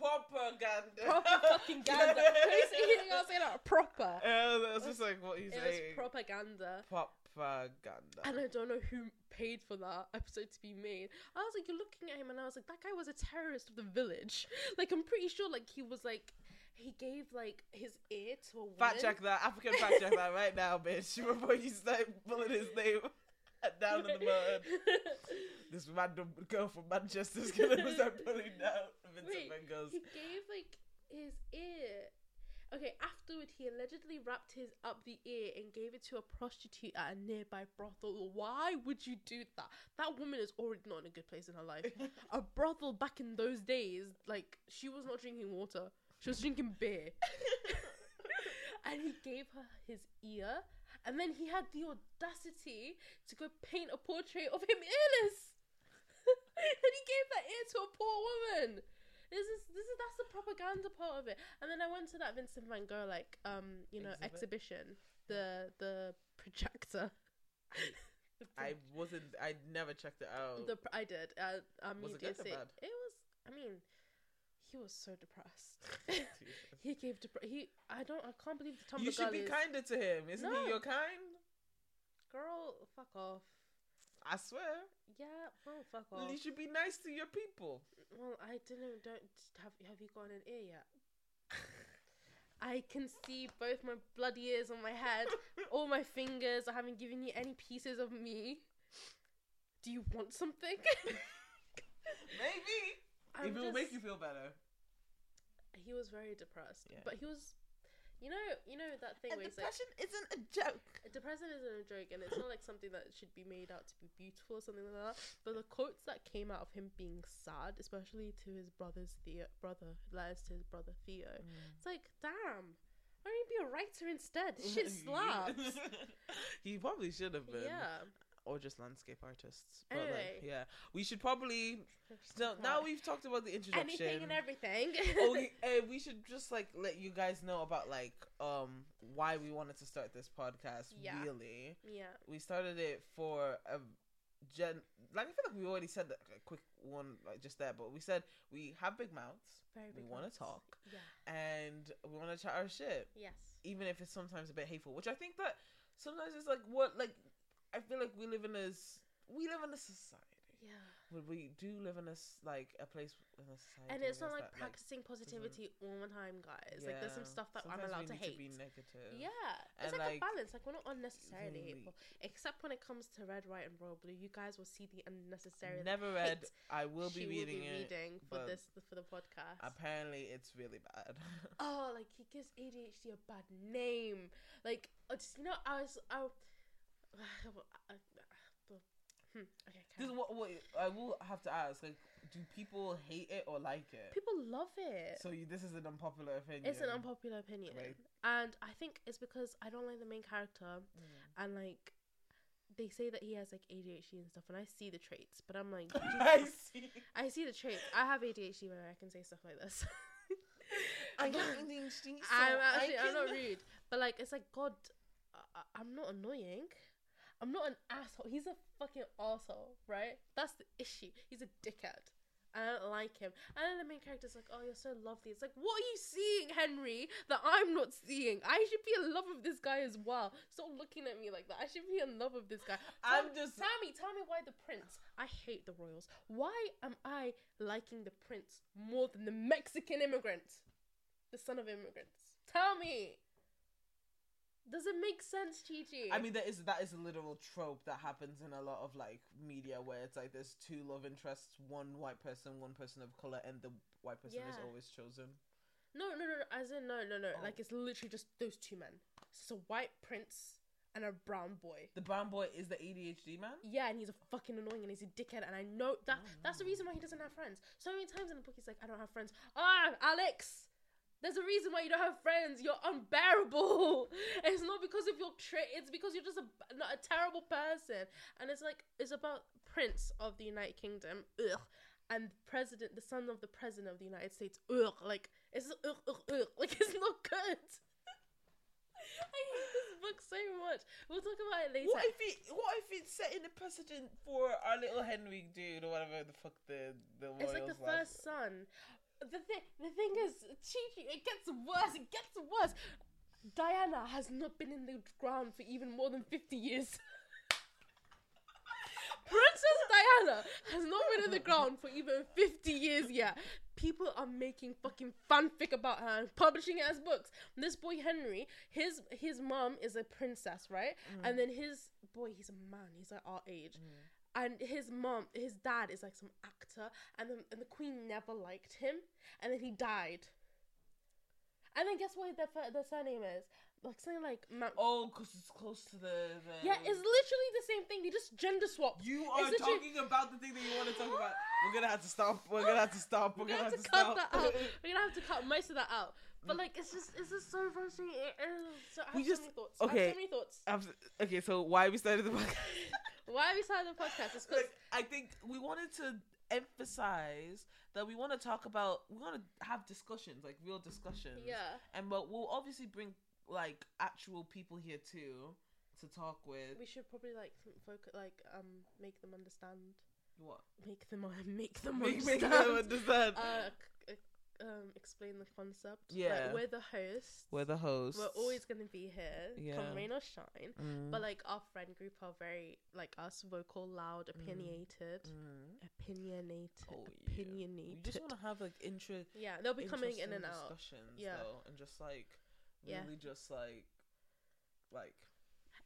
A: Propaganda.
B: Proper fucking ganda. Who's he think I was saying that? Proper.
A: Uh, that's just like what he's
B: It was
A: saying.
B: propaganda.
A: propaganda.
B: And I don't know who paid for that episode to be made. I was like, you're looking at him, and I was like, that guy was a terrorist of the village. Like, I'm pretty sure, like, he was like, he gave like his ear to a woman.
A: Fact check that. African fact check that right now, bitch. Before you start pulling his name down in the mud. This random girl from Manchester's gonna start pulling down Vincent
B: Wait,
A: Van Gogh's.
B: he gave like his ear. Okay, afterward, he allegedly wrapped his up the ear and gave it to a prostitute at a nearby brothel. Why would you do that? That woman is already not in a good place in her life. a brothel back in those days, like she was not drinking water, she was drinking beer. and he gave her his ear, and then he had the audacity to go paint a portrait of him earless. and he gave that ear to a poor woman. This is this is that's the propaganda part of it. And then I went to that Vincent Van Gogh like um you know
A: Exhibit?
B: exhibition, the the projector. The
A: I wasn't. I never checked it out.
B: the pr- I did. Uh, um,
A: Was
B: you
A: it good
B: did
A: or
B: say-
A: bad?
B: It was. I mean, he was so depressed. he gave dep- he. I don't. I can't believe the Tumblr
A: you should
B: girl
A: be
B: is-
A: kinder to him. Isn't
B: No.
A: he your kind?
B: Girl, fuck off.
A: I swear.
B: Yeah, well, fuck off.
A: You should be nice to your people.
B: Well, I don't know. Don't have have you gotten an ear yet? I can see both my bloody ears on my head, all my fingers. I haven't given you any pieces of me. Do you want something?
A: Maybe.
B: I'm
A: if it will
B: just-
A: make you feel better.
B: he was very depressed
A: Yeah.
B: but he was you know you know that thing where it's like
A: isn't a joke.
B: depression isn't a joke and it's not like something that should be made out to be beautiful or something like that but the quotes that came out of him being sad especially to his brother's theo brother letters to his brother theo
A: Mm.
B: it's like damn why don't you be a writer instead This shit slaps
A: he probably should have been.
B: yeah
A: Or just landscape artists. But
B: Anyway.
A: like, yeah. We should probably. So now we've talked about the introduction.
B: anything and everything
A: oh, we, eh, we should just like let you guys know about like um why we wanted to start this podcast.
B: Yeah.
A: Really,
B: yeah
A: we started it for a gen. Like I feel like we already said that a quick one like just there, but we said we have big mouths.
B: very
A: we
B: big
A: want
B: ones.
A: to talk
B: yeah
A: and we want to chat our shit,
B: yes
A: even if it's sometimes a bit hateful. Which I think that sometimes it's like what like I feel like we live in as we live in a society.
B: yeah
A: But we do live in a s- like a place in a society,
B: and it's not like
A: that's that, like,
B: practicing positivity all the time, guys. Like there's some
A: yeah.
B: stuff that I'm
A: Sometimes we
B: allowed to
A: need
B: hate.
A: be negative.
B: yeah,
A: And,
B: it's like, a
A: like,
B: balance. Like we're not unnecessarily
A: really-
B: hateful, except when it comes to red, white, and royal blue. You guys will see the unnecessary. that
A: Never read.
B: hate
A: I will be
B: she will
A: reading
B: be
A: it.
B: reading for
A: but
B: this for the podcast.
A: Apparently, it's really bad.
B: oh, like he gives ADHD a bad name. Like I just you know, I was I. I- hmm, okay,
A: this
B: carry
A: is
B: on.
A: what, what I will have to ask: like, do people hate it or like it?
B: people love it.
A: so you, this is an unpopular opinion.
B: It's an unpopular opinion.
A: Right.
B: And I think it's because I don't like the main character and like they say that he has like ADHD and stuff and I see the traits, but I'm like
A: I see.
B: I see the traits. I have ADHD where I can say stuff like this.
A: I got
B: But
A: ADHD, so
B: I'm actually
A: I
B: I am not
A: can-
B: rude. But like it's like God I- I, I'm not annoying. I'm not an asshole. He's a fucking asshole, right? That's the issue. He's a dickhead. I don't like him. And then the main character's like, oh, you're so lovely. It's like, what are you seeing, Henry, that I'm not seeing? I should be in love with this guy as well. Stop looking at me like that. I should be in love with this guy.
A: I'm
B: Tell-
A: just-
B: Tell me, tell me why the prince. I hate the royals. Why am I liking the prince more than the Mexican immigrant? The son of immigrants. Tell me. Does it make sense, Chi Chi?
A: I mean, that is that is a literal trope that happens in a lot of like media where it's like there's two love interests, one white person, one person of color, and the white person is
B: Yeah.
A: always chosen.
B: no, no, no. no, As in, no, no, no.
A: Oh.
B: Like it's literally just those two men. It's just a white prince and a brown boy.
A: The brown boy is the ADHD man.
B: Yeah, and he's a fucking annoying and he's a dickhead and I know that
A: Oh,
B: that's the
A: no.
B: reason why he doesn't have friends. So many times in the book he's like, I don't have friends. Ah, Alex! There's a reason why you don't have friends. You're unbearable. And it's not because of your trait. It's because you're just a, b- not a terrible person. And it's like it's about Prince of the United Kingdom, ugh, and President, the son of the President of the United States, ugh. Like it's just ugh, ugh, ugh. Like it's not good. I hate this book so much. We'll talk about it later.
A: What if it? What if it's setting a precedent for our little Henry dude or whatever the fuck the the
B: It's like the
A: royals was?
B: first son. The thing, the thing is, Chi-Chi, it gets worse. It gets worse. Diana has not been in the ground for even more than fifty years. Princess Diana has not been in the ground for even fifty years yet. People are making fucking fanfic about her and publishing it as books. This boy Henry, his his mom is a princess, right? And then his boy, he's a man. He's like our age and his mom, his dad is like some actor, and the, and the queen never liked him, and then he died. And then guess what their fir- their surname is? Like something like Mount.
A: Oh, because it's close to the, the
B: Yeah, it's literally the same thing. They just gender swapped.
A: You are
B: It's literally-
A: talking about the thing that you want to talk about. We're gonna have to stop. We're gonna have to stop. We're
B: We're gonna have to
A: stop.
B: cut that out. We're gonna have to cut most of that out. But like, it's just it's just so frustrating. Ugh. So I have
A: We
B: so
A: just-
B: many thoughts. I
A: okay.
B: have so many thoughts.
A: Abs- okay, so why we started the podcast?
B: Why are we starting the podcast? It's because
A: Look, I think we wanted to emphasize that we want to talk about. We want to have discussions, like real discussions.
B: yeah,
A: And but we'll obviously bring like actual people here too to talk with.
B: we should probably like focus, like um, make them understand,
A: What?
B: make them make them
A: Make, make
B: understand.
A: them understand.
B: uh, c- c- um, explain the concept. Like,
A: Yeah.
B: we're the hosts.
A: We're the hosts.
B: We're always going to be here,
A: Yeah.
B: come rain or shine.
A: Mm.
B: But like our friend group are very like us, vocal, loud, opinionated,
A: Mm.
B: opinionated,
A: Oh, yeah. We
B: opinionated.
A: just want to have like intro.
B: yeah, they'll be coming in
A: interesting
B: and out.
A: discussions
B: Yeah.
A: though, and just like
B: Yeah.
A: really just like like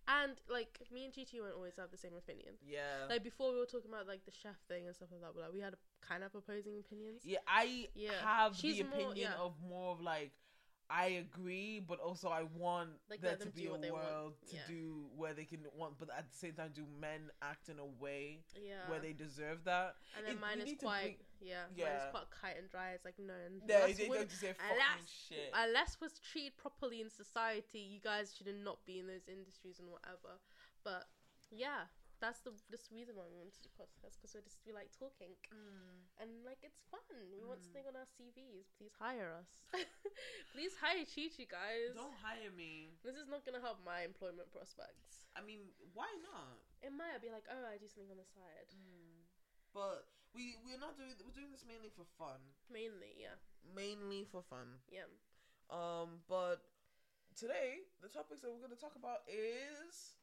B: And like me and Gigi won't always have the same opinion.
A: yeah
B: Like before, we were talking about like the chef thing and stuff like that. But like we had kind of opposing opinions.
A: yeah i
B: Yeah.
A: have
B: She's
A: the
B: more-
A: opinion
B: yeah.
A: of more of like i agree but also i want
B: Like,
A: there
B: let
A: to
B: them
A: be
B: do
A: a
B: what they want.
A: world to
B: Yeah.
A: do where they can want but at the same time do men act in a way
B: Yeah.
A: where they deserve that
B: and then
A: It-
B: mine
A: we
B: is
A: need to
B: quite
A: bring-
B: yeah, mine
A: Yeah.
B: is quite kite and dry. It's like no, and
A: no,
B: that's
A: they
B: what-
A: don't deserve fucking
B: unless,
A: shit
B: unless was treated properly in society, you guys should not be in those industries and whatever. But yeah, that's the this reason why we wanted to do podcasts because we just we like talking and like it's fun. We want
A: Mm.
B: something on our CVs. Please hire us. Please hire Chi Chi guys.
A: don't hire me
B: This is not gonna help my employment prospects.
A: i mean why not
B: It might be like, oh, I do something on the side. Mm.
A: but we we're not doing we're doing this mainly for fun
B: Mainly, yeah,
A: mainly for fun
B: yeah.
A: Um, but today the topics that we're going to talk about is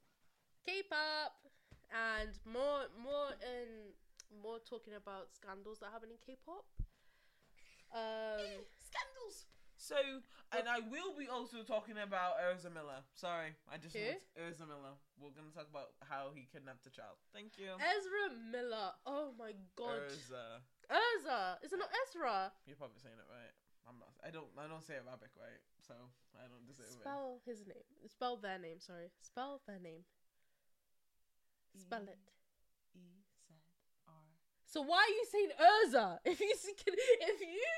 B: K-pop and more more and more talking about scandals that happen in K-pop. Um,
A: scandals. So, and I will be also talking about Erza Miller. Sorry, I just
B: Who?
A: want Erza Miller. We're going to talk about how he kidnapped a child. Thank you.
B: Ezra Miller. Oh my Oh, god.
A: Erza.
B: Ezra. Is it not Ezra?
A: You're probably saying it right. I'm not. I don't. I don't say Arabic right, so I don't deserve it.
B: Spell his name. Spell their name, sorry. Spell their name. Spell it.
A: E Z R.
B: So why are you saying Erza? If you s- can, if you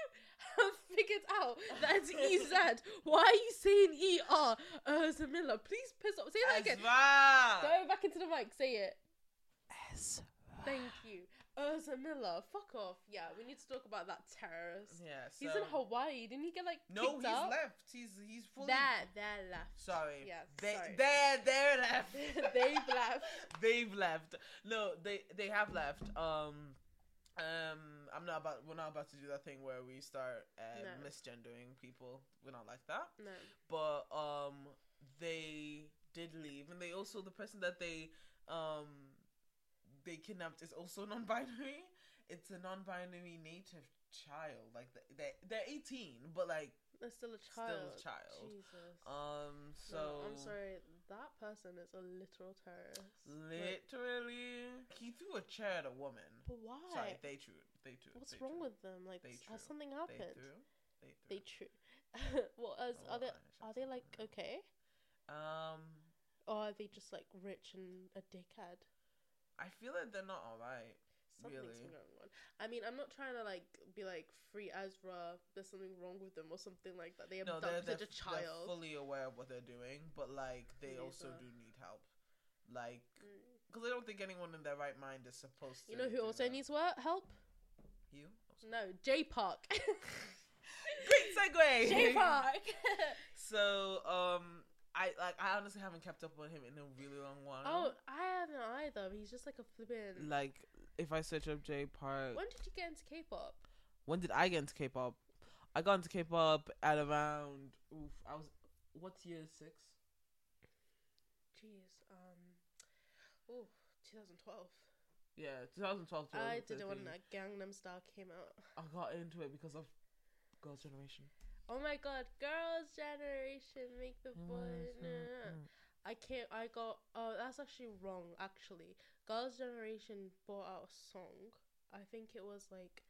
B: have figured out that it's EZ, why are you saying ER? Erza Miller. Please piss off. Say that again.
A: Ezra.
B: Go back into the mic. Say it.
A: Ezra.
B: Thank you. Urza Miller, fuck off. Yeah, we need to talk about that terrorist.
A: Yeah. So,
B: He's in Hawaii. Didn't he get like
A: No,
B: kicked
A: he's
B: out?
A: left. He's he's fully
B: There, there left.
A: Sorry.
B: Yeah,
A: They
B: sorry.
A: they're they're left.
B: They've left.
A: They've left. No, they they have left. Um um I'm not about we're not about to do that thing where we start um,
B: No.
A: misgendering people. We're not like that.
B: No.
A: But um they did leave and they also the person that they um they kidnapped is also non-binary. It's a non-binary native child. Like they they're, they're 18, but like
B: That's still a
A: Still
B: child.
A: a child.
B: Jesus.
A: Um, so
B: No, I'm sorry. That person is a literal terrorist. Like,
A: Literally, he threw a chair at a woman.
B: but why?
A: Sorry, they threw. They threw.
B: What's
A: they
B: wrong
A: threw.
B: with them? Like,
A: They
B: has
A: true.
B: something
A: They
B: happened?
A: threw.
B: They
A: They threw.
B: true. well, as, are
A: Oh,
B: they
A: well, I
B: are
A: should
B: they
A: say
B: like
A: that.
B: okay,
A: Um,
B: or are they just like rich and a dickhead?
A: I feel like they're not alright.
B: Something's
A: Really?
B: been going on. I mean, I'm not trying to like be like free Ezra. There's something wrong with them or something like that. They
A: No,
B: abducted
A: they're, they're,
B: a
A: f- they're
B: child.
A: fully aware of what they're doing, but like they also
B: Neither.
A: do need help. Like,
B: Mm.
A: because I don't think anyone in their right mind is supposed to.
B: You know who
A: do
B: also
A: that.
B: needs Mm. work help?
A: you. Oh, sorry.
B: No, J Park.
A: Great segue.
B: J Park.
A: So, um, I like I honestly haven't kept up on him in a really long while.
B: oh, I haven't either. He's just like a flippin'.
A: like if I search up J Park,
B: when did you get into K-pop?
A: when did I get into K-pop? I got into K-pop at around oof, I was what's year six?
B: Jeez, um, oh, 2012.
A: Yeah, 2012.
B: I did it when
A: 2013.
B: that Gangnam Style came out.
A: I got into it because of Girls' Generation.
B: Oh my god, girls' generation make the boy. No, no, no. I can't. I got. Oh, that's actually wrong. Actually, girls' generation bought out a song. I think it was like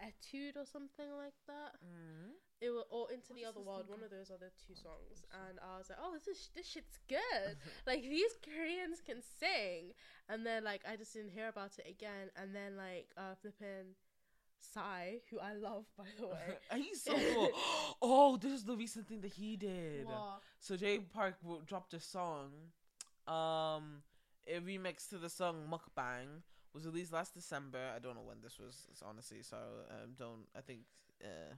B: Etude or something like that.
A: Mm.
B: It was or Into the
A: What is
B: Other
A: this
B: World. One
A: thing
B: of
A: called?
B: those other two
A: Oh,
B: songs,
A: those songs.
B: and I was like, oh, this is this shit's good. like these Koreans can sing, and then like I just didn't hear about it again, and then like uh, flipping Psy, who I love by the way.
A: He's so cool. oh, this is the recent thing that he did.
B: Wow.
A: So Jay Park w- dropped a song, um, a remix to the song "Mukbang" was released last December. I don't know when this was, it's honestly. So um, don't. I think uh,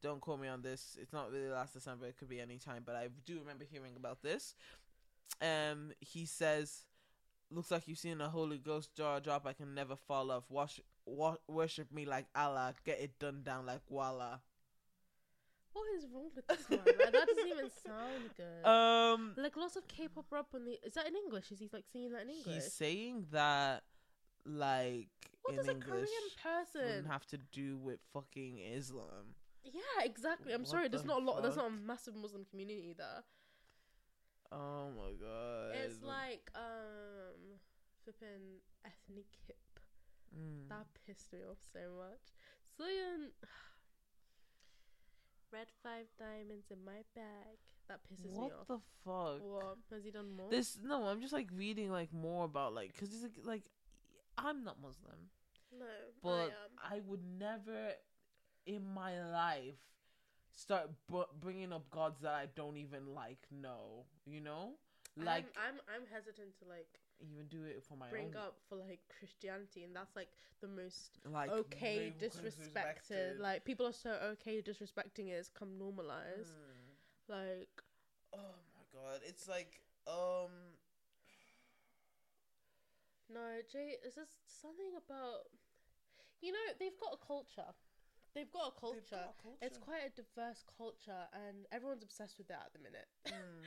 A: don't quote me on this. It's not really last December. It could be any time, but I do remember hearing about this. Um, he says, "Looks like you've seen a Holy Ghost jaw drop. I can never fall off. Wash, wa- worship me like Allah. Get it done down like Walla."
B: What is wrong with this one? Like, that doesn't even sound good.
A: Um.
B: like lots of K-pop rap on the. Is that in English? Is he like singing that in English?
A: He's saying that, like,
B: what
A: in
B: does a
A: English,
B: Korean person?
A: wouldn't have to do with fucking Islam.
B: yeah, exactly. I'm
A: What
B: sorry. There's
A: the
B: not a lot. There's
A: fuck?
B: not a massive Muslim community there.
A: Oh my god.
B: It's like um, flipping ethnic hip.
A: Mm.
B: That pissed me off so much. Soyeon. Red five diamonds in my bag. That pisses
A: what
B: me off.
A: the fuck?
B: What has he done more?
A: This no, I'm just like reading like more about like because he's like, like I'm not Muslim,
B: no, I
A: but
B: am.
A: I, would never in my life start br- bringing up gods that I don't even like. No, you know, like
B: I'm, I'm I'm hesitant to like
A: even do it for my
B: bring
A: own
B: up for like Christianity, and that's like the most
A: like
B: okay
A: real
B: disrespected. Like people are so okay disrespecting it. It's come normalized.
A: Mm.
B: Like
A: oh my god it's like um
B: no, Jay, it's just something about you know they've got a culture. They've got a culture.
A: they've got a culture.
B: It's quite a diverse culture, and everyone's obsessed with that at the minute.
A: Mm.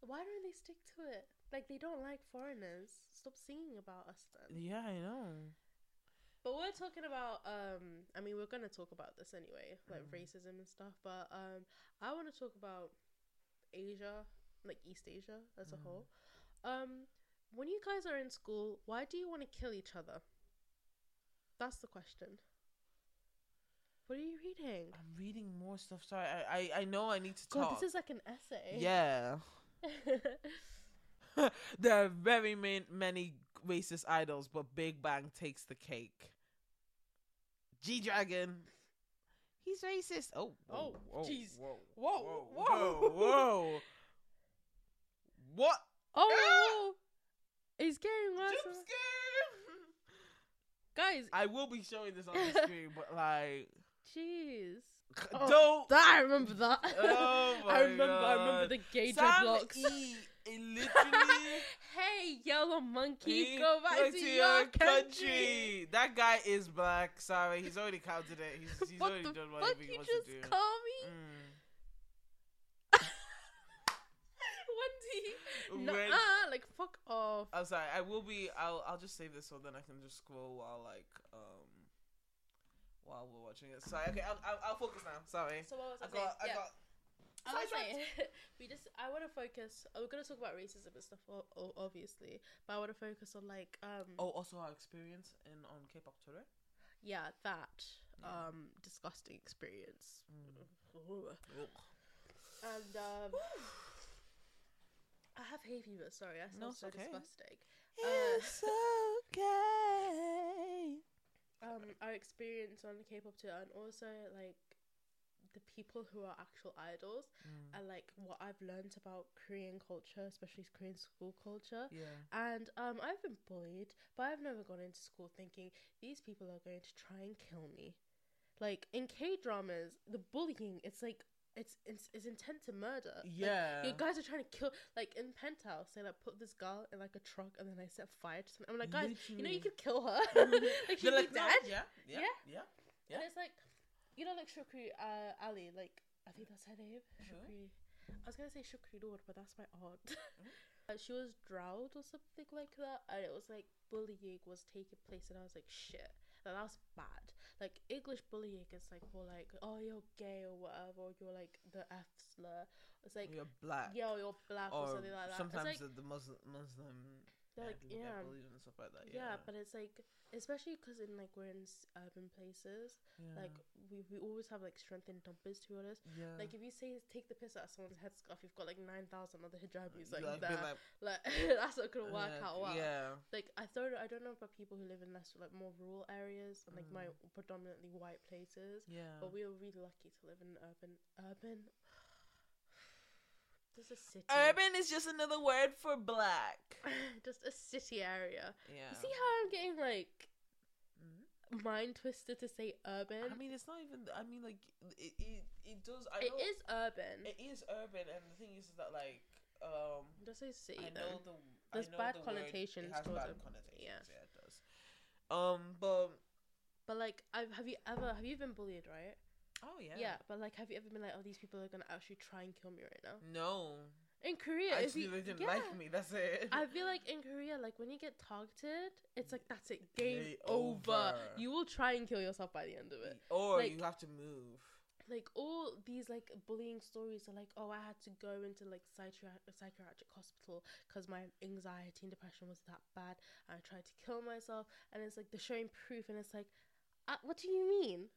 B: Why don't they stick to it? Like they don't like foreigners. Stop singing about us then.
A: yeah i know
B: But we're talking about um I mean we're gonna talk about this anyway, like
A: Mhm.
B: racism and stuff, but um I wanna talk about Asia, like East Asia as a
A: Mhm.
B: whole. Um when you guys are in school, why do you wanna kill each other? That's the question. What are you reading?
A: i'm reading more stuff sorry i i, I know i need to
B: God,
A: talk
B: this is like an essay.
A: yeah there are very man- many racist idols but big bang takes the cake g-dragon he's racist oh whoa,
B: Oh,
A: whoa,
B: jeez.
A: whoa
B: Whoa,
A: whoa
B: whoa.
A: whoa what
B: oh it's getting worse.
A: jump scare
B: Guys,
A: I will be showing this on the screen, but like,
B: jeez. Oh,
A: don't.
B: That I remember that.
A: Oh my
B: I remember. I remember
A: God.
B: the gay
A: Sam
B: dreadlocks.
A: E, it literally.
B: hey, yellow monkey,
A: he
B: go back
A: goes
B: to, your country.
A: That guy is black. Sorry, he's already counted it. He's, he's
B: what
A: already
B: the
A: done
B: fuck
A: whatever he
B: you
A: wants
B: just
A: to do.
B: call me?
A: Mm.
B: Wendy,
A: When-
B: nah, like fuck off.
A: I'm sorry. I will be. I'll. I'll just save this so then I can just scroll while like um while we're watching it. Sorry. Okay, I'll, I'll, I'll focus now. Sorry.
B: So what was I,
A: I got. I
B: saying? Yeah.
A: got.
B: I was
A: sidetracked.
B: saying, we just I want to focus. oh, We're gonna talk about racism and stuff, o- o- obviously, but I want to focus on like um
A: Oh, also our experience in on K-pop Twitter.
B: yeah that
A: Yeah.
B: um disgusting experience.
A: Mm.
B: And um, I have hay fever. Sorry, I sound
A: No, it's
B: so
A: okay.
B: disgusting.
A: uh, It's okay.
B: Um, our experience on K-pop too, and also like the people who are actual idols,
A: Mm.
B: and like what I've learned about Korean culture, especially Korean school culture.
A: Yeah.
B: And um, I've been bullied, but I've never gone into school thinking these people are going to try and kill me. Like in K dramas, the bullying it's like it's it's, it's intent to murder. Like,
A: Yeah.
B: you guys are trying to kill. Like in Penthouse, they like put this girl in like a truck and then they set fire to something. I'm like, guys, you know you could kill her. Mm. like she'd
A: They're
B: be
A: like, no,
B: dead.
A: yeah, yeah,
B: Yeah.
A: yeah.
B: And it's like, you know, like Shukri uh, Ali. Like I think that's her name. Shukri. I was gonna say Shukri Lord, but that's my aunt. Uh, she was drowned or something like that, and it was like bullying was taking place, and I was like, shit, like, that was bad. Like English bullying is like for like, oh you're gay or whatever, or you're like the F slur. It's like,
A: You're black.
B: yeah, or you're black or,
A: Or
B: something like that.
A: sometimes
B: it's like,
A: the, the Muslim Muslim
B: they're like,
A: people
B: yeah,
A: get bullied and stuff like that.
B: yeah,
A: Yeah,
B: but it's like, especially because in like we're in s- urban places,
A: yeah.
B: like we, we always have like strength in numbers. To be honest,
A: yeah.
B: like if you say take the piss out of someone's headscarf, you've got like nine thousand other hijabis like,
A: Like, be
B: that.
A: like,
B: Like that's not gonna work
A: like,
B: out well.
A: Yeah,
B: like I don't I don't know about people who live in less like more rural areas and like my predominantly white places,
A: Mm. yeah.
B: but we are really lucky to live in an urban urban. Just a city,
A: Urban is just another word for black.
B: just a city area.
A: Yeah.
B: You see how I'm getting like
A: Mhm.
B: mind twisted to say urban.
A: I mean, it's not even. I mean, like it. It, it does. I
B: it
A: know,
B: is urban.
A: It is urban, and the thing is that like um,
B: just say city.
A: I
B: then.
A: know the.
B: There's
A: I know
B: bad
A: the
B: connotations
A: Word, it has
B: towards
A: bad
B: it.
A: connotations.
B: Yeah.
A: yeah, it does. Um, but
B: But like, I've, have you ever have you been bullied, right?
A: oh yeah,
B: But like, have you ever been like, oh, these people are gonna actually try and kill me right now?
A: No,
B: In Korea,
A: I
B: if
A: just
B: you-
A: knew they didn't
B: yeah.
A: like me. That's it.
B: I feel like in Korea, like when you get targeted, it's like that's it, game
A: Game
B: over.
A: over.
B: You will try and kill yourself by the end of it.
A: or
B: like-
A: you have to move.
B: Like all these like bullying stories are like, oh, I had to go into like psychia- psychiatric hospital because my anxiety and depression was that bad, and I tried to kill myself. And it's like they're showing proof, and it's like, uh, what do you mean?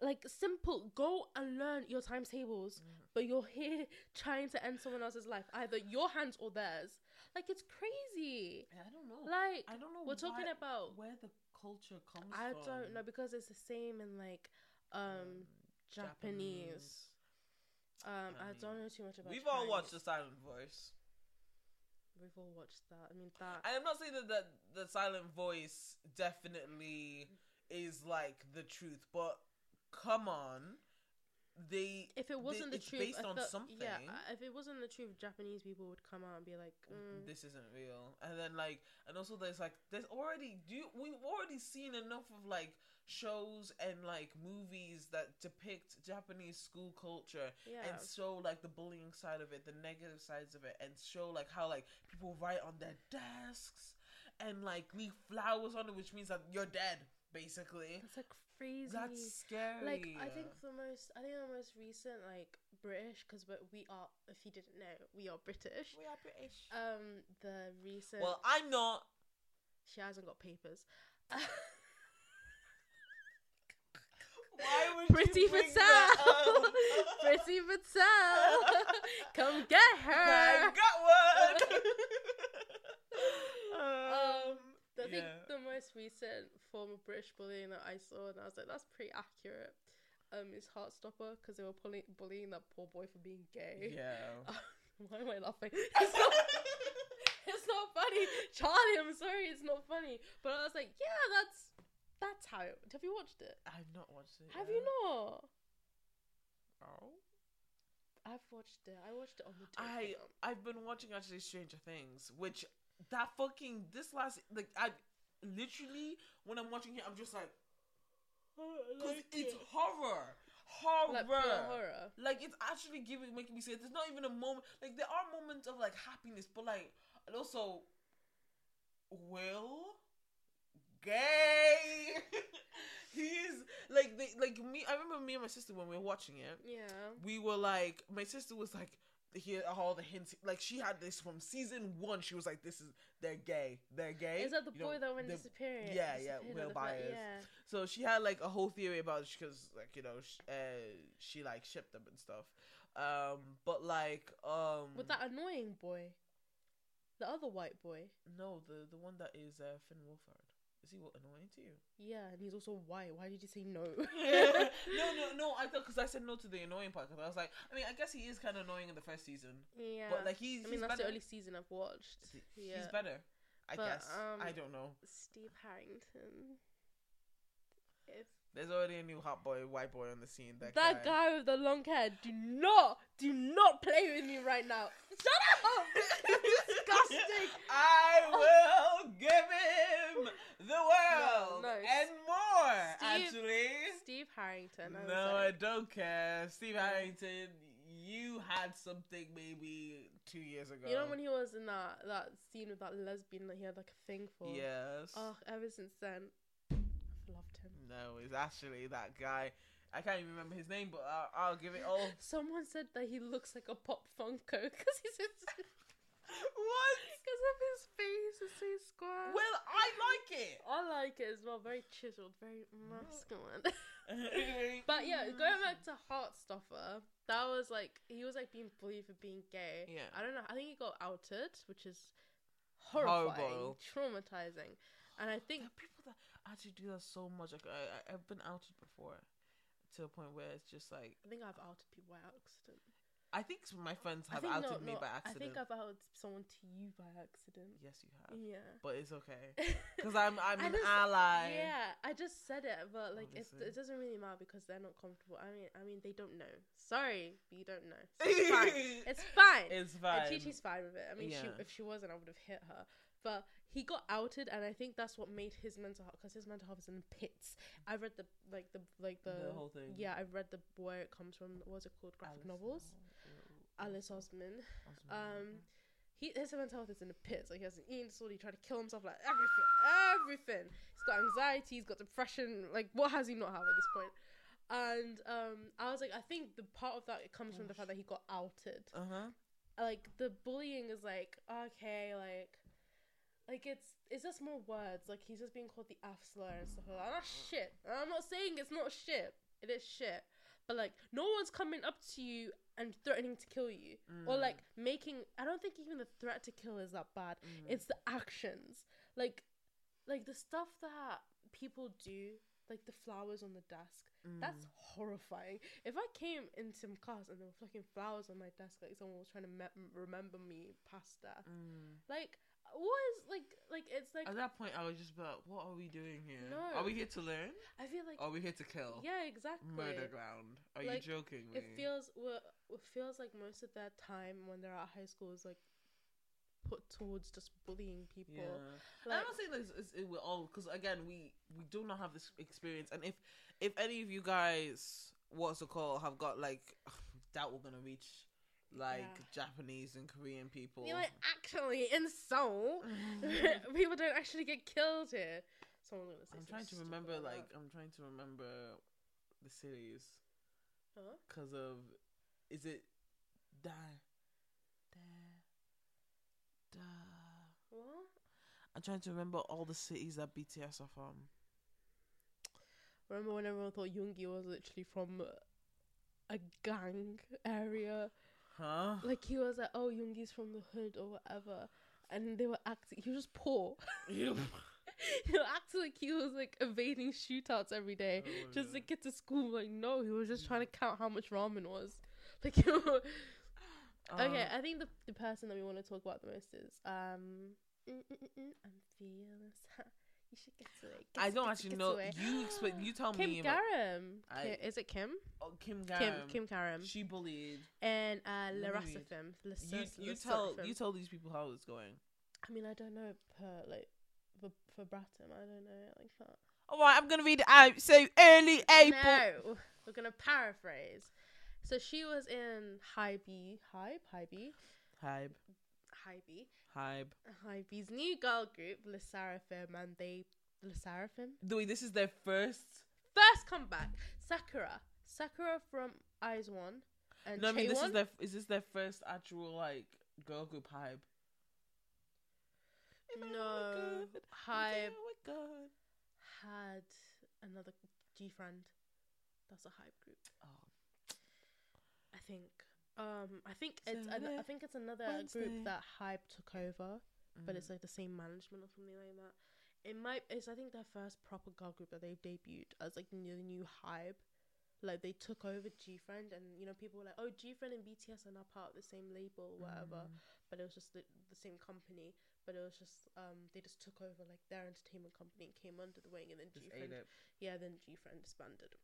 B: Like simple, go and learn your timetables,
A: Mm,
B: but you're here trying to end someone else's life, either your hands or theirs. Like it's crazy.
A: And I don't know.
B: Like
A: I don't know.
B: we're talking
A: why-
B: about
A: where the culture comes
B: I
A: from. Mm,
B: don't know because it's the same in like um Japanese. Um I, don't know too much about
A: We've all watched The
B: Chinese.
A: Silent Voice.
B: We've all watched that. I mean that
A: And I'm not saying that the, the silent voice definitely is like the truth, but come on, they
B: if it wasn't the
A: it's
B: truth
A: based
B: I
A: on
B: thought- Yeah,
A: something.
B: I- if it wasn't the truth Japanese people would come out and be like mm,
A: this isn't real. And then like, and also there's like, there's already do you- we've already seen enough of like shows and like movies that depict Japanese school culture
B: yeah.
A: and show like the bullying side of it, the negative sides of it, and show like how like people write on their desks and like leave flowers on it, which means that you're dead, basically.
B: That's like crazy.
A: That's scary.
B: like I think the most I think the most recent like British because we are if you didn't know we are British.
A: we are British.
B: Um the recent
A: well, I'm not.
B: she hasn't got papers.
A: Why would
B: Pretty
A: you bring that
B: Patel.
A: up?
B: Prissy Patel, come get
A: I
B: her.
A: got one.
B: Um, I think
A: yeah.
B: the most recent form of British bullying that I saw, and I was like, that's pretty accurate. Um, is Heartstopper because they were bullying, bullying that poor boy for being gay.
A: yeah.
B: Why am I laughing? It's not, it's not funny, Charlie. I'm sorry, it's not funny. But I was like, yeah, that's that's how. It, have you watched it?
A: I've not watched it. Oh,
B: Have you not?
A: not?
B: I've watched it. I watched it on the.
A: I
B: telephone.
A: I've been watching actually Stranger Things, which that fucking this last like I literally when I'm watching it, I'm just like, cause it's horror, horror.
B: like pure horror.
A: Like it's actually giving making me say there's not even a moment like there are moments of like happiness, but like and also Will gay He's like they like me. I remember me and my sister when we were watching it.
B: Yeah.
A: We were like, my sister was like, here are all the hints. Like she had this from season one. She was like, this is they're gay, they're gay.
B: Is that the
A: You know,
B: boy that went
A: the-
B: disappearing?
A: yeah, yeah,
B: Disappeared
A: Will
B: on the fly-
A: Byers.
B: Yeah.
A: So she had like a whole theory about it because like you know sh- uh, she like shipped them and stuff. Um, but like um,
B: With that annoying boy. The other white boy.
A: no, the the one that is uh, Finn Wolfhard. Is he wa- annoying to you?
B: Yeah, and he's also white. Why did you say no?
A: no, no, no. I thought because I said no to the annoying part. 'cause I was like, I mean, I guess he is kind of annoying in the first season,
B: Yeah.
A: but like he's,
B: I mean,
A: he's
B: that's
A: better.
B: the only season I've watched. Yeah.
A: He's better, I
B: But,
A: guess.
B: um,
A: I don't know.
B: Steve Harrington. If
A: There's already a new hot boy, white boy on the scene. That,
B: that, guy. with the long hair, do not, do not play with me right now. Shut up! Disgusting.
A: I will give him the world
B: no,
A: and more.
B: Steve-
A: actually,
B: Steve Harrington. I was
A: no, I
B: like,
A: don't care. Steve
B: Yeah.
A: Harrington, you had something maybe two years ago.
B: you know when he was in that that scene with that lesbian that he had like a thing for.
A: yes.
B: Oh, ever since then, I've loved him.
A: No, it's actually that guy. I can't even remember his name, but I'll, I'll give it all.
B: Someone said that he looks like a pop funko because he's
A: what?
B: because of his face is so square.
A: Well, I like it.
B: I like it as well. Very chiseled, very masculine. but yeah, going back to Heartstopper, that was like he was like being bullied for being gay.
A: Yeah.
B: I don't know. I think he got outed, which is horrifying,
A: Horrible.
B: traumatizing, and I think
A: There are people that actually do that so much. Like, I, I, I've been outed before to a point where it's just like
B: I think I've outed people by accident.
A: I think some of my friends have
B: I think
A: outed
B: no,
A: me
B: no,
A: by
B: I think
A: accident.
B: I've outed someone to you by accident.
A: yes, you have,
B: Yeah.
A: but it's okay because I'm I'm
B: I
A: an
B: just-
A: ally.
B: Yeah, I just said it, but like it,
A: Obviously.
B: it doesn't really matter because they're not comfortable. I mean, I mean they don't know. Sorry, but you don't know. So it's fine. It's fine.
A: It's
B: And
A: fine.
B: Chi-Chi's fine with it. I mean, she,
A: Yeah.
B: if she wasn't, I would have hit her. But he got outed, and I think that's what made his mental health because his mental health is in pits. I read the like the like the,
A: the whole thing.
B: yeah. I read the where it comes from. What was it called? Graphic
A: Alice
B: novels.
A: Osman-
B: Alice Osman.
A: Osman.
B: um, He his mental health is in the pits. Like he has an eating disorder. He tried to kill himself. Like everything, everything. He's got anxiety. He's got depression. Like what has he not have at this point? And um, I was like, I think the part of that it comes from the fact that he got outed
A: uh-huh.
B: like the bullying is like okay like like it's it's just more words like he's just being called the f slur and stuff like that and that's shit And i'm not saying it's not shit it is shit but like no one's coming up to you and threatening to kill you or
A: Mm.
B: like making i don't think even the threat to kill is that bad
A: Mm.
B: it's the actions like like the stuff that people do like the flowers on the desk that's
A: Mm.
B: horrifying. If I came in some class and there were fucking flowers on my desk, like someone was trying to me- remember me past that,
A: Mm.
B: like what is like like it's like
A: At that point, I would just be like, "What are we doing here?
B: No.
A: Are we here to learn?
B: I feel like
A: Are we here to kill?
B: yeah exactly
A: Murder ground? Are
B: Like,
A: you joking me?
B: It feels well, it feels like most of their time when they're at high school is like put towards just bullying people.
A: yeah.
B: Like,
A: I'm not saying that it's, it's, it, we're all because again, we we do not have this experience, and if if any of you guys, what's it called, have got like, doubt we're gonna reach like
B: Yeah.
A: Japanese and Korean people.
B: you know, like actually in Seoul, people don't actually get killed here. Someone's gonna say some
A: I'm trying to
B: stupid
A: remember,
B: like
A: like,
B: that.
A: I'm trying to remember the series
B: Huh?
A: because of is it da da da.
B: What?
A: I'm trying to remember all the cities that BTS are from.
B: Remember when everyone thought Yoongi was literally from a gang area?
A: Huh?
B: Like he was like, oh, Yoongi's from the hood or whatever, and they were acting. He was just poor.
A: Um,
B: he was acting like he was like evading shootouts every day
A: Oh,
B: just to
A: yeah. Mm.
B: get to school. Like no, he was just trying to count how much ramen was. Like okay,
A: Um,
B: I think the the person that we want to talk about the most is um, mm, mm, mm, mm, I'm fearless. you should get to it. Get
A: I
B: to- get
A: don't
B: to-
A: actually
B: get
A: know.
B: to it.
A: You explain. You tell
B: Kim
A: me. about-
B: Garam.
A: I-
B: Ki- is it Kim?
A: oh, Kim
B: Kim
A: Garam.
B: Kim Karam.
A: She bullied.
B: And uh
A: Let me read.
B: Lerasafim.
A: You you tell you tell these people how it's going.
B: I mean I don't know per like for for Bratum, I don't know it like that.
A: All right, I'm gonna read it out. So early April.
B: No. We're gonna paraphrase. So she was in High B Hype, High B,
A: Hype,
B: High B,
A: hype.
B: High B's new girl group, Le Seraphim, and they Le Seraphim?
A: Wait, this is their first
B: come back. Sakura, Sakura from Eyes One, and
A: No, I mean this
B: Chaewon?
A: is their is this their first actual like girl group hype? If I were
B: No,
A: good, if
B: hype
A: I were good.
B: had another G friend. That's a hype group,
A: Oh,
B: I think. Um, I think it's an- I
A: Saturday,
B: think it's another
A: Wednesday.
B: group that hype took over, but it's
A: mm.
B: like the same management or something like that. It might it's I think their first proper girl group that they've debuted as like the new, new hype. Like they took over G Friend and you know people were like, Oh G Friend and BTS are now part of the same label, whatever
A: Mm.
B: but it was just the, the same company. But it was just um they just took over like their entertainment company and came under the wing, and then G
A: Just ate
B: Friend,
A: it.
B: yeah, then G Friend disbanded.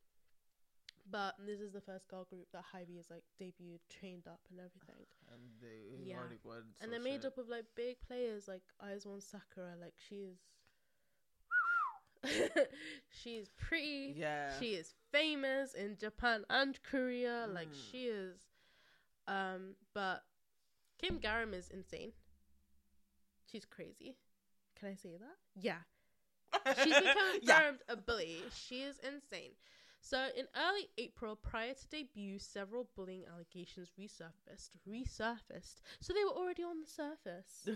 B: But this is the first girl group that Hybe has like debuted, trained up, and everything.
A: And they
B: Yeah.
A: already went. so
B: and they're made
A: shit.
B: up of like big players, like Eyes One Sakura. Like she is, she is pretty.
A: Yeah.
B: She is famous in Japan and Korea. Like
A: Mm.
B: she is, um. But Kim Garam is insane. She's crazy. Can I say that? Yeah, she's become
A: yeah.
B: termed a bully. She is insane. So in early April, prior to debut, several bullying allegations resurfaced. Resurfaced. So they were already on the surface.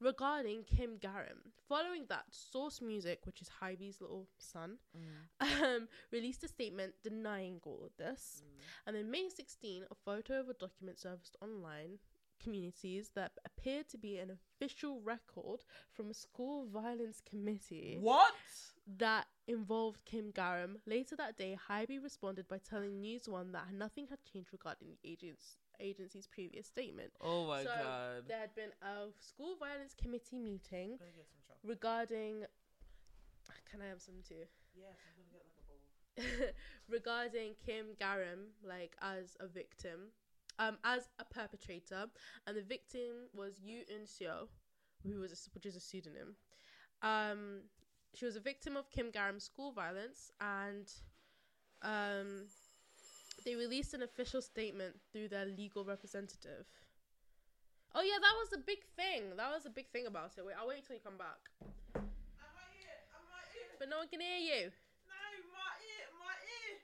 B: Regarding Kim Garam, following that, Source Music, which is Hybe's little son,
A: Mm.
B: um, released a statement denying all of this.
A: mm.
B: And then May 16, a photo of a document surfaced online communities that appeared to be an official record from a school violence committee
A: What?
B: that involved Kim Garam. Later that day, Hybe responded by telling News One that nothing had changed regarding the agents, agency's previous statement.
A: Oh my
B: So,
A: god.
B: There had been a school violence committee meeting
A: gonna get some chocolate.
B: regarding. Can I have some too?
A: Yes, I'm gonna get like a bowl.
B: regarding Kim Garam, like as a victim, um, as a perpetrator, and the victim was Yu Eun-seo, who was a, which is a pseudonym. Um, she was a victim of Kim Garam's school violence, and um, they released an official statement through their legal representative. Oh yeah, that was a big thing. That was a big thing about it. Wait, I'll wait till you come back.
A: Am I here? Am I here?
B: But no one can hear you.
A: No, my ear, my ear,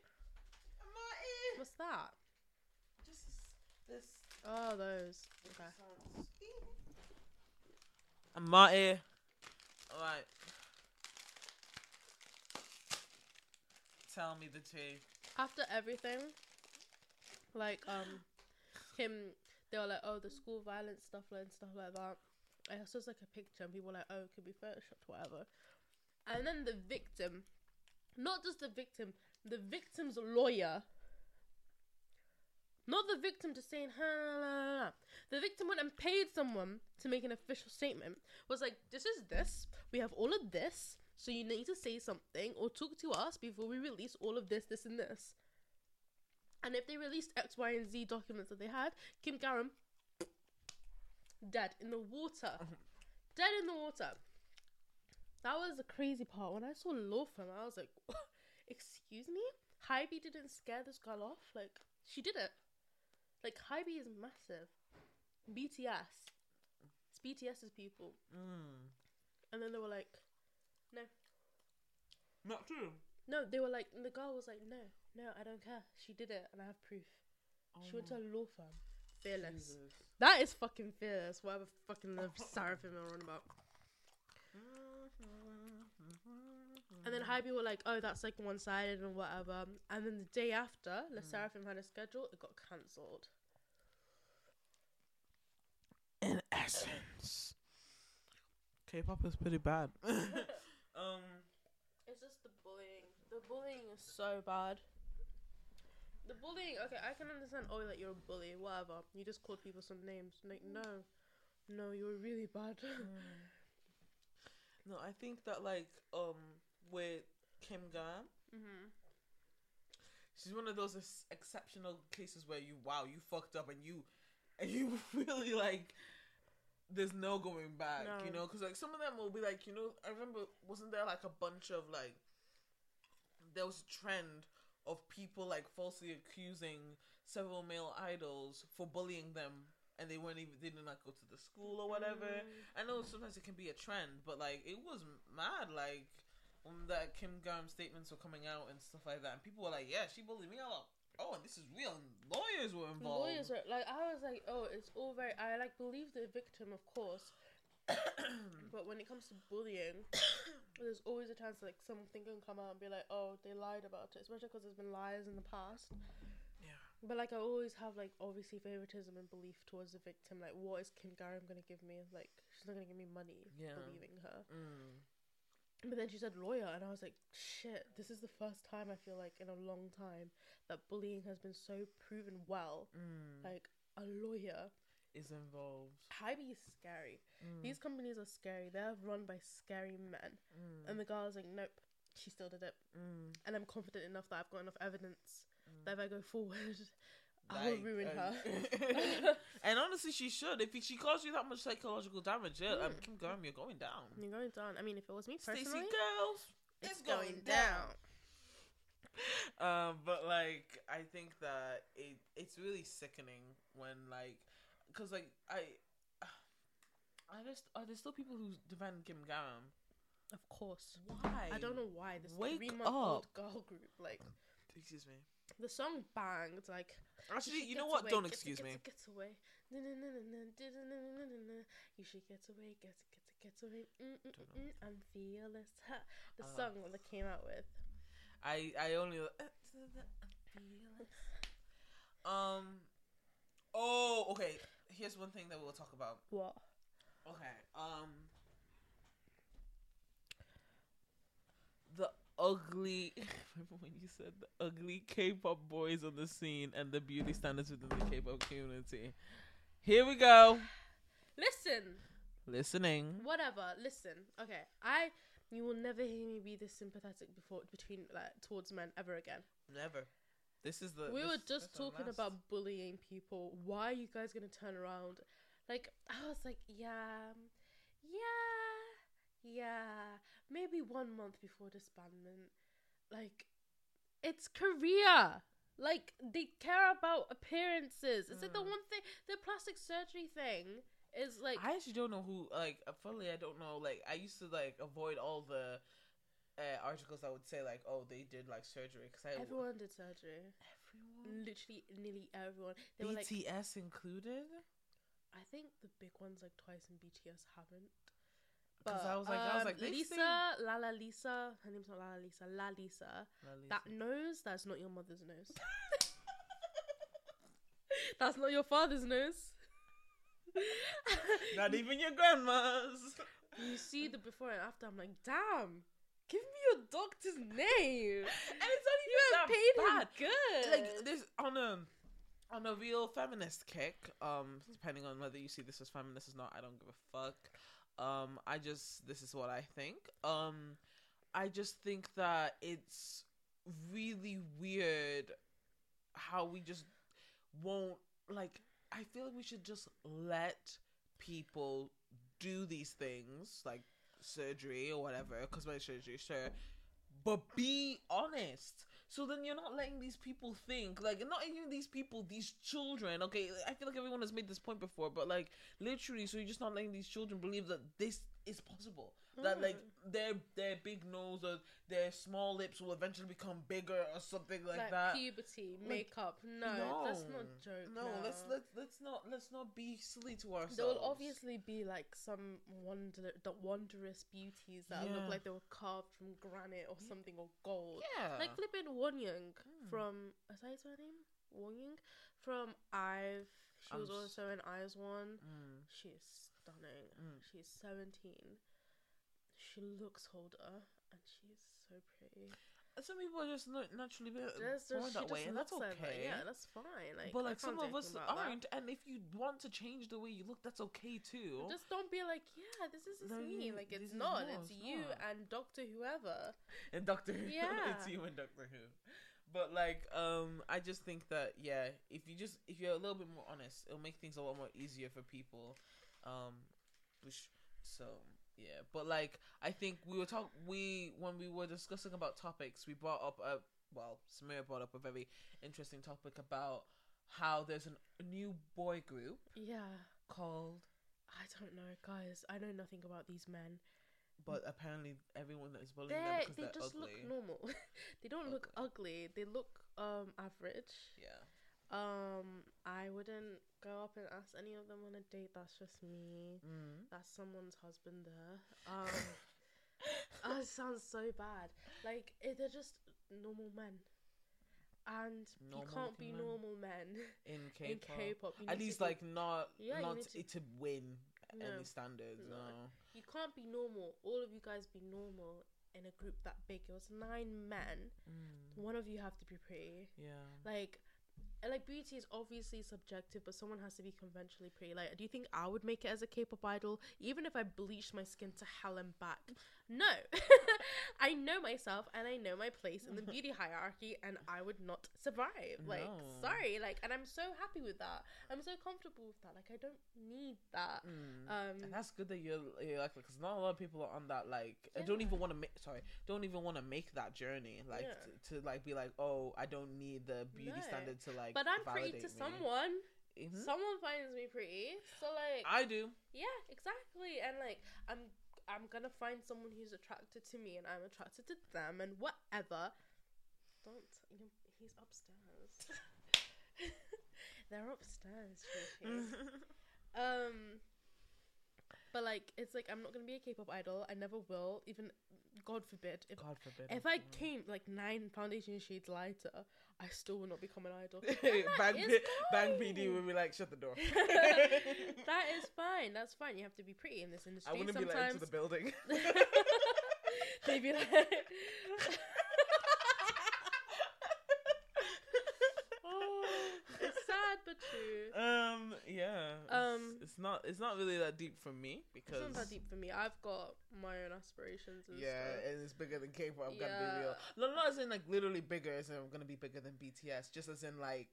A: my ear.
B: What's that?
A: Just this.
B: Oh, those. Okay.
A: I'm my ear. All right. Tell me the tea.
B: after everything, like um, him, they were like, oh, the school violence stuff like and stuff like that. I saw like a picture, and people were like, oh, it could be photoshopped, whatever. And then the victim, not just the victim, the victim's lawyer. Not the victim just saying, "Huh, la, la, la, la." the victim went and paid someone to make an official statement. Was like, this is this. We have all of this, so you need to say something or talk to us before we release all of this, this, and this. And if they released X, Y, and Z documents that they had, Kim Garam dead in the water, dead in the water. That was the crazy part. When I saw Lawfam, I was like, excuse me, Hybe didn't scare this girl off. Like she did it. Like Hybe is massive. BTS, it's BTS's people,
A: Mm.
B: and then they were like,
A: Not true.
B: no, they were like, and the girl was like, no, no, I don't care. She did it, and I have proof.
A: Oh
B: She went to a law firm. Fearless. That is fucking fearless. Whatever fucking the seraphim are on about. And
A: Mm.
B: then Hybe were like, oh, that's like one sided and whatever. And then the day after, La
A: Mm.
B: Seraphim had a schedule, it got cancelled.
A: in essence, K-pop is pretty bad. um,
B: It's just the bullying. The bullying is so bad. The bullying, okay, I can understand, oh, like you're a bully, whatever. You just called people some names. Like, no, no, you were really bad.
A: no, I think that like um with Kim Gam,
B: mm-hmm.
A: she's one of those ex- exceptional cases where you wow you fucked up and you and you really like there's no going back
B: No.
A: you know because like some of them will be like you know i remember wasn't there like a bunch of like there was a trend of people like falsely accusing several male idols for bullying them and they weren't even they did not go to the school or whatever I know sometimes it can be a trend, but like it was mad. Like when the Kim Garm statements were coming out and stuff like that, and people were like, "Yeah, she bullied me." I'm like, "Oh, and this is real." And lawyers were involved.
B: Lawyers were like, I was like, oh, it's all very. I like believe the victim, of course, but when it comes to bullying, there's always a chance like something can come out and be like, oh, they lied about it, especially because there's been liars in the past.
A: Yeah.
B: But like, I always have like obviously favoritism and belief towards the victim. Like, what is Kim Garam gonna give me? Like, she's not gonna give me money.
A: Yeah.
B: Believing her.
A: Mm.
B: But then she said lawyer, and I was like, shit, this is the first time I feel like in a long time that bullying has been so proven well.
A: Mm.
B: Like, a lawyer.
A: is involved.
B: Hybe is scary.
A: Mm.
B: These companies are scary. They're run by scary men.
A: Mm.
B: And the girl was like, nope, she still did it.
A: Mm.
B: And I'm confident enough that I've got enough evidence
A: Mm.
B: that if I go forward, I will
A: Like,
B: ruin
A: um,
B: her.
A: and honestly, she should. If she caused you that much psychological damage, yeah, um,
B: Mm.
A: Kim Garm, you're going down.
B: You're going down. I mean, if it was me
A: Stacy
B: personally,
A: girls, it's, going down. um, but like I think that it it's really sickening when like, cause like I, I just are there still people who defend Kim Garam?
B: Of course.
A: Why?
B: I don't know why this
A: Wake
B: three-month-old girl group like
A: Excuse me.
B: the song banged like
A: Actually,
B: should
A: you
B: get
A: know what?
B: away,
A: Don't
B: get-
A: excuse
B: get-
A: me.
B: Get away. Na-na-na-na-na-na-na-na-na-na. You should get away, get get get away. Mm-mm-mm. I'm fearless. Ha. The
A: Uh,
B: song that they came out with.
A: I I only. Um. Oh, okay. Here's one thing that we'll talk about.
B: What?
A: Okay. Um. The ugly. Remember when you said the ugly K-pop boys on the scene and the beauty standards within the K-pop community. Here we go.
B: Listen.
A: Listening.
B: Whatever. Listen. Okay. I. You will never hear me be this sympathetic before between like towards men ever again.
A: Never. This is the.
B: we
A: this-
B: were just
A: that's our
B: talking
A: last-
B: about bullying people. Why are you guys gonna turn around? Like I was like, yeah, yeah, yeah. Maybe one month before disbandment. Like, it's Korea. Like they care about appearances. Is it the
A: Mm.
B: one thing? The plastic surgery thing is like
A: I actually don't know who like uh, fully I don't know like I used to like avoid all the uh, articles that would say like oh they did like surgery because I
B: everyone did surgery.
A: everyone
B: Literally, nearly everyone. They were like,
A: BTS included
B: I think the big ones like Twice and BTS haven't.
A: because I was like I was like they
B: Lisa,
A: sing-
B: Lala Lisa. Her name's not Lala Lisa. La Lisa.
A: La Lisa.
B: That nose, that's not your mother's nose. that's not your father's nose.
A: not even your grandma's
B: you see the before and after. I'm like, damn. Give me your doctor's name.
A: and it's not even
B: You
A: that
B: have paid
A: bad.
B: him good.
A: like this on a on a real feminist kick um depending on whether you see this as feminist or not i don't give a fuck um i just this is what i think um i just think that it's really weird how we just won't like i feel like we should just let people do these things like surgery or whatever cosmetic surgery sure but be honest so then you're not letting these people think like not even these people these children okay i feel like everyone has made this point before but like literally so you're just not letting these children believe that this is possible that like
B: Mm.
A: their their big nose or their small lips will eventually become bigger or something like,
B: Like
A: that
B: puberty, makeup. No, that's
A: no.
B: not a joke.
A: no, let's
B: no.
A: let's let's not let's not be silly to ourselves.
B: There will obviously be like some wonder, the wondrous beauties that
A: Yeah.
B: look like they were carved from granite or something or gold.
A: yeah,
B: Like flipping Won Young
A: Hmm.
B: from is that his her name? Won Young from Ive. She
A: I'm
B: was
A: s-
B: also in Ives one.
A: Mm,
B: She is stunning.
A: Mm.
B: She's seventeen. She looks older and she's so pretty.
A: some people are just not naturally born
B: There's- there's- she
A: that way,
B: just
A: and that's
B: looks like that.
A: okay.
B: Yeah, that's fine. Like,
A: but
B: I
A: like
B: can't
A: some
B: do
A: of us
B: anything about that.
A: aren't, and if you want to change the way you look, that's okay too.
B: Just don't be like, yeah, this is just
A: No,
B: me.
A: you-
B: Like
A: this
B: it's
A: is
B: not.
A: no,
B: It's
A: it's
B: you
A: not.
B: and Doctor whoever.
A: and Doctor Who.
B: Yeah.
A: it's you and Doctor Who. But like, um, I just think that yeah, if you just if you're a little bit more honest, it'll make things a lot more easier for people. Um, which so yeah, but like I think we were talk we when we were discussing about topics, we brought up a well, Samira brought up a very interesting topic about how there's an, a new boy group
B: Yeah.
A: called
B: I don't know, guys. I know nothing about these men.
A: But apparently, everyone is bullying them
B: They're,
A: because
B: they
A: they're
B: just
A: ugly.
B: look normal. they don't look ugly. They look um average.
A: yeah.
B: Um, I wouldn't go up and ask any of them on a date. That's just me.
A: Mm.
B: That's someone's husband there. Um, oh, it sounds so bad. Like eh, they're just normal men, and
A: Normal
B: you can't be
A: men.
B: normal men
A: in
B: in
A: K-pop.
B: K-pop. You
A: At
B: need to
A: least
B: be-
A: like not
B: Yeah, you
A: not
B: need
A: to,
B: to-
A: to win
B: No.
A: any standards. No.
B: No. you can't be normal. All of you guys be normal in a group that big. It was nine men.
A: Mm.
B: One of you have to be pretty.
A: Yeah.
B: like and, like beauty is obviously subjective but someone has to be conventionally pretty like do you think i would make it as a k-pop idol even if i bleached my skin to hell and back no i know myself and i know my place in the beauty hierarchy and i would not survive like
A: No.
B: sorry like and i'm so happy with that i'm so comfortable with that like i don't need that
A: Mm.
B: um
A: And that's good that you're, you're like because not a lot of people are on that like I don't
B: Yeah.
A: even want to make sorry don't even want to make that journey like
B: Yeah.
A: to, to like be like oh I don't need the beauty
B: No.
A: standard to like
B: but i'm pretty
A: validate
B: to
A: me."
B: someone
A: Mhm.
B: someone finds me pretty so like
A: I do
B: Yeah, exactly. And like I'm I'm gonna find someone who's attracted to me and I'm attracted to them and whatever. Don't you he's upstairs. They're upstairs, Tracy. Um But like it's like I'm not gonna be a K pop idol, I never will, even God forbid. If
A: God forbid
B: if I
A: Mm.
B: came like nine foundation shades lighter, I still would not become an idol.
A: bang,
B: is
A: P- bang PD
B: fine.
A: would be like shut the door
B: that is fine. That's fine. You have to be pretty in this industry.
A: I wouldn't
B: Sometimes
A: be let into the building
B: They'd be like, oh, it's sad but true.
A: um yeah it's-
B: Um,
A: it's, not it's not really that deep for me
B: It's
A: because
B: not that deep for me. I've got my own aspirations and
A: Yeah,
B: stuff.
A: and it's bigger than K-pop. I've got to be real.
B: Yeah.
A: No, not as in like literally bigger. As in I'm gonna be bigger than BTS. Just as in like,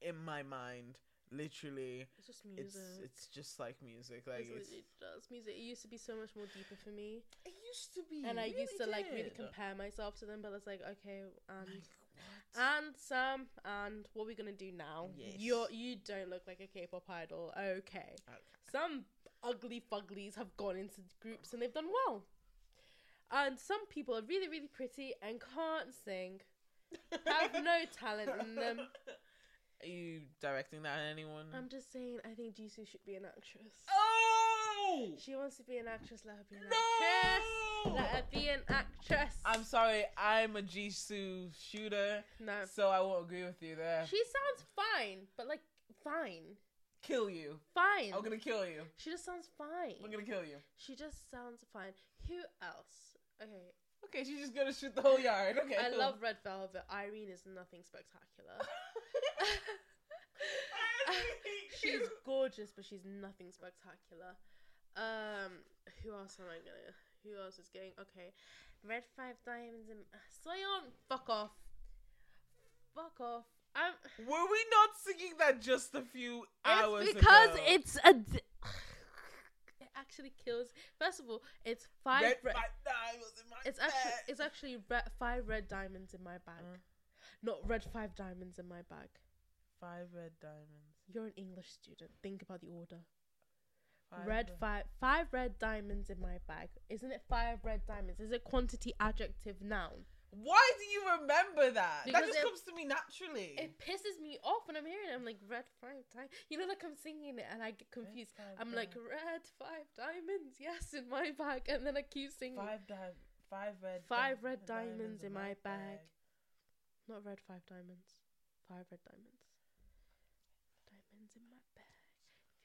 A: in my mind, literally,
B: It's just music.
A: it's
B: It's,
A: it's just like music. Like it's,
B: literally just music. It used to be so much more deeper for me,
A: it used to be,
B: and I used to
A: really
B: like really
A: did.
B: compare myself to them. But it's like, okay, um, and
A: Like, what?
B: and Sam, and what are we gonna do now?
A: Yes.
B: You're you don't look like a K-pop idol. Okay.
A: Okay.
B: Some ugly fuglies have gone into groups and they've done well. And some people are really, really pretty and can't sing, have no talent in them.
A: Are you directing that at anyone?
B: I'm just saying, I think Jisoo should be an actress.
A: oh
B: She wants to be an actress, let her be an actress.
A: no!
B: Let her be an actress.
A: I'm sorry. I'm a Jisoo shooter,
B: no.
A: so I won't agree with you there.
B: Uh, She sounds fine, but like, fine.
A: Kill you.
B: Fine.
A: I'm gonna kill you.
B: She just sounds fine.
A: I'm gonna kill you.
B: She just sounds fine. Who else? Okay,
A: Okay, she's just gonna shoot the whole yard. Okay.
B: I
A: cool.
B: love Red Velvet. Irene is nothing spectacular. she's gorgeous, but she's nothing spectacular. Um, who else am I gonna? Who else is going? Okay, Red Five Diamonds and Soyeon. Fuck off. Fuck off. Um,
A: Were we not singing that just a few hours
B: it's because
A: ago?
B: it's a. D- it actually kills. First of all, it's five.
A: Red
B: red-
A: by diamonds in my
B: It's actually
A: bag.
B: it's actually red, five red diamonds in my bag,
A: Mm.
B: not red five diamonds in my bag.
A: five red diamonds.
B: You're an English student. Think about the order.
A: Five
B: red five five red diamonds in my bag. Isn't it five red diamonds? Is it quantity adjective noun?
A: Why do you remember that? that
B: Because
A: just
B: it-
A: comes to me naturally.
B: It pisses me off when I'm hearing it. I'm like red five diamonds. You know, like I'm singing it and I get confused.
A: five
B: I'm like red five diamonds, yes, in my bag, and then I keep singing.
A: five di- five red
B: Five
A: diam-
B: red uh, diamonds in my bag. Not red five diamonds. Five red diamonds. Diamonds in my bag.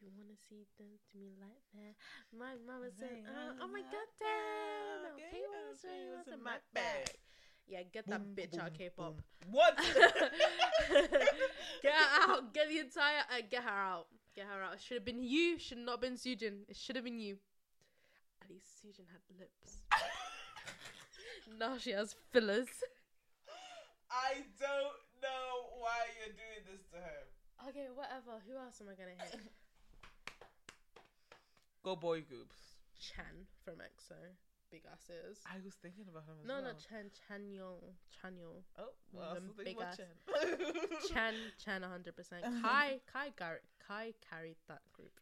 B: If you wanna see them to me like that, my mama said, oh,
A: Diamonds
B: oh
A: in
B: my
A: my
B: god, damn,
A: bag.
B: okay,
A: Yeah,
B: what's
A: okay,
B: wrong
A: what's
B: in my bag? Yeah, get that
A: Boom,
B: bitch out,
A: boom,
B: K-pop.
A: boom. What?
B: get her out. Get the entire. Uh, get her out. Get her out. It should have been you. Should not been Sujin. It should have been you. At least Sujin had lips. now she has fillers.
A: I don't know why you're doing this to her.
B: Okay, whatever. Who else am I gonna hit?
A: Go boy groups.
B: Chan from EXO. Big asses.
A: I was thinking about him as
B: No,
A: well.
B: no, Chan, Chan Yong, Chan Yong.
A: Oh, well, I was
B: Them
A: thinking
B: big
A: about
B: ass-
A: Chen.
B: Chan, Chan 100%. Kai, Kai, Gar- Kai carried that group.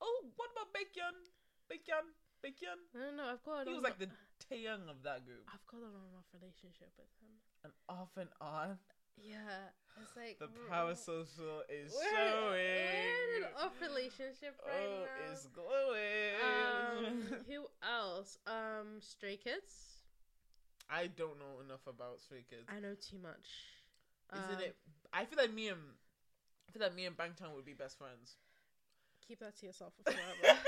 A: Oh, what about Baekhyun? Baekhyun. Baekhyun.
B: I don't know. I've got.
A: He
B: on
A: was like the Taeyang of that group.
B: I've got an on and off relationship with him.
A: And off and on,
B: Yeah, it's like
A: the
B: we're-
A: parasocial is
B: Mm. we're- We're in
A: showing.
B: an off relationship right
A: Oh,
B: now.
A: it's glowing.
B: um, who else? Um, Stray Kids.
A: I don't know enough about Stray Kids.
B: I know too much.
A: Isn't
B: Um,
A: it? I feel like me and I feel like me and Bangtan would be best friends.
B: Keep that to yourself for forever.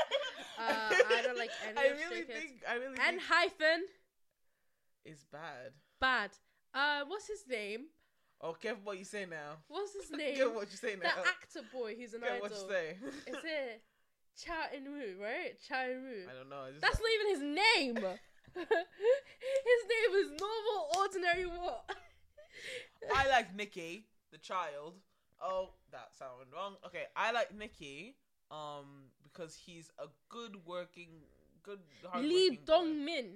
B: uh, I don't like any
A: I
B: of Stray
A: really
B: Kids.
A: think I really
B: and
A: think
B: hyphen
A: it's bad.
B: bad. Uh, what's his name?
A: Oh, careful what you say now.
B: What's his name?
A: Careful what you say
B: the
A: now.
B: actor boy who's an
A: Careful what
B: idol.
A: you say.
B: Is it Cha In Woo? Right, Cha In Woo.
A: I don't know. I just,
B: That's not even his name. his name is normal, ordinary what?
A: I like Nikki, the child. Oh, that sounded wrong. Okay, I like Nikki, um, because he's a good working, good hard
B: Lee
A: working boy.
B: Dong Min.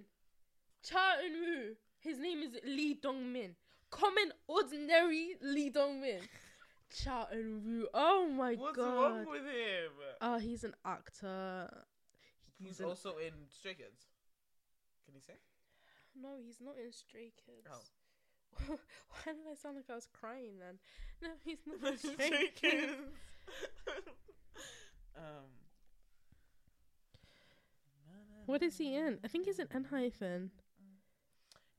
B: Cha Eun Woo. His name is Lee Dong Min. Common, ordinary Lee Dong Min. Cha Eun Woo. Oh my
A: What's
B: god.
A: wrong with him?
B: Oh, he's an actor.
A: He's
B: an-
A: also in Stray Kids. Can you say?
B: No, he's not in Stray Kids.
A: Oh.
B: Why did I sound like I was crying then? No, he's not in Stray Kids.
A: Kids. um.
B: What is he in? I think he's in N hyphen.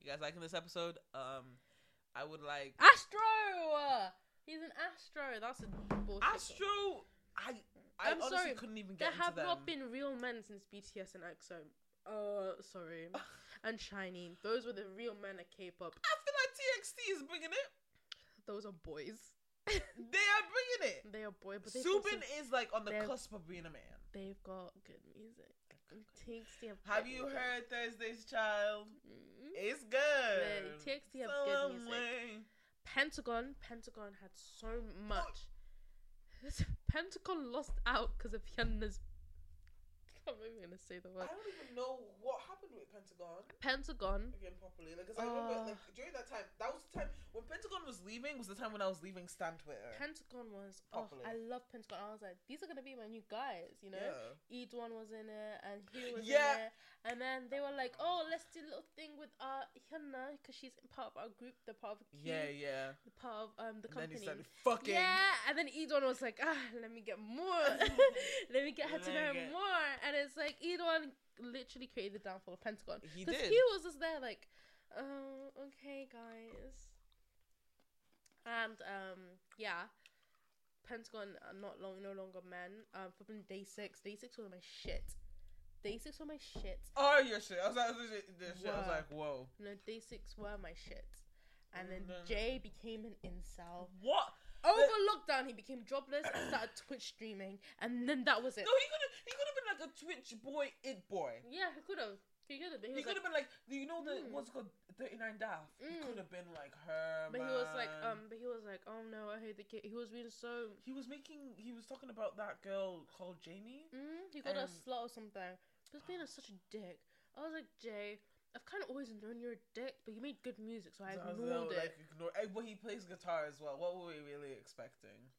A: You guys liking this episode? Um, I would like
B: Astro. He's an Astro. That's a bullshit.
A: Astro. I I
B: I'm
A: honestly
B: sorry,
A: couldn't even
B: There
A: get into
B: have
A: them.
B: not been real men since BTS and EXO. Uh, sorry. and Shiny. Those were the real men at K-pop.
A: I feel like TXT is bringing it.
B: Those are boys.
A: They are bringing it.
B: They are boy, Mm, but they've, also,
A: Subin is like on the
B: they're-
A: cusp of being a man.
B: they've got good music. TXT have
A: Have
B: great
A: you
B: music.
A: heard Thursday's Child?
B: Mm.
A: It's good.
B: Yeah, TXT have good
A: Some
B: music.
A: way.
B: Pentagon? Pentagon had so much.
A: Oh.
B: Pentagon lost out because of Hyunna's. I'm not even gonna say the
A: I
B: word.
A: don't even know what happened with Pentagon.
B: Pentagon.
A: again properly. Like, 'cause I remember,
B: Uh.
A: like, during that time, that was the time when Pentagon was leaving. Was the time when I was leaving Stand Twitter.
B: Pentagon was oh,
A: Properly.
B: I love Pentagon. I was like, these are gonna be my new guys, you know. Edwan was in it and he was
A: Yeah.
B: in it, and then they were like, oh, let's do a little thing with uh Hyunna because she's part of our group, the part of
A: yeah, yeah,
B: Q,
A: yeah.
B: the part of um the
A: And then
B: company.
A: he started fucking.
B: Yeah, and then Edwan was like, ah, let me get more, let me get her to
A: Let me
B: know
A: get-
B: more, and it's like Edwan literally created the downfall of Pentagon.
A: He
B: 'Cause
A: did.
B: He was just there like, um, okay, guys, and um, yeah, Pentagon are not long, no longer men. Um, from day six, day six was my shit. Day six was my shit.
A: Oh, your shit. I was like, this shit- this shit. I was
B: Wow.
A: like, whoa.
B: No, day six were my shit. And then
A: Mm, no, no.
B: Jay became an incel.
A: What?
B: Over lockdown, he became jobless and started Twitch streaming, and then that was it.
A: No, he could have. He could have been like a Twitch boy, it boy.
B: Yeah, he could have. He could have. But he
A: He
B: was
A: could
B: like,
A: have been like, you know, the
B: Mm.
A: what's it called Thirty Nine Daft. He
B: Mm.
A: could have been like her.
B: but he was like,
A: man.
B: um, but he was like, oh no, I hate the kid. He was being so.
A: He was making. He was talking about that girl called Jamie.
B: Mm, he got a
A: Um,
B: slut or something. Just being a, such a dick. I was like, Jay, I've kind of always known you're a dick, but you made good music, so I
A: So I was
B: ignored
A: like,
B: it.
A: ignore. eh, Well, he plays guitar as well. What were we really expecting?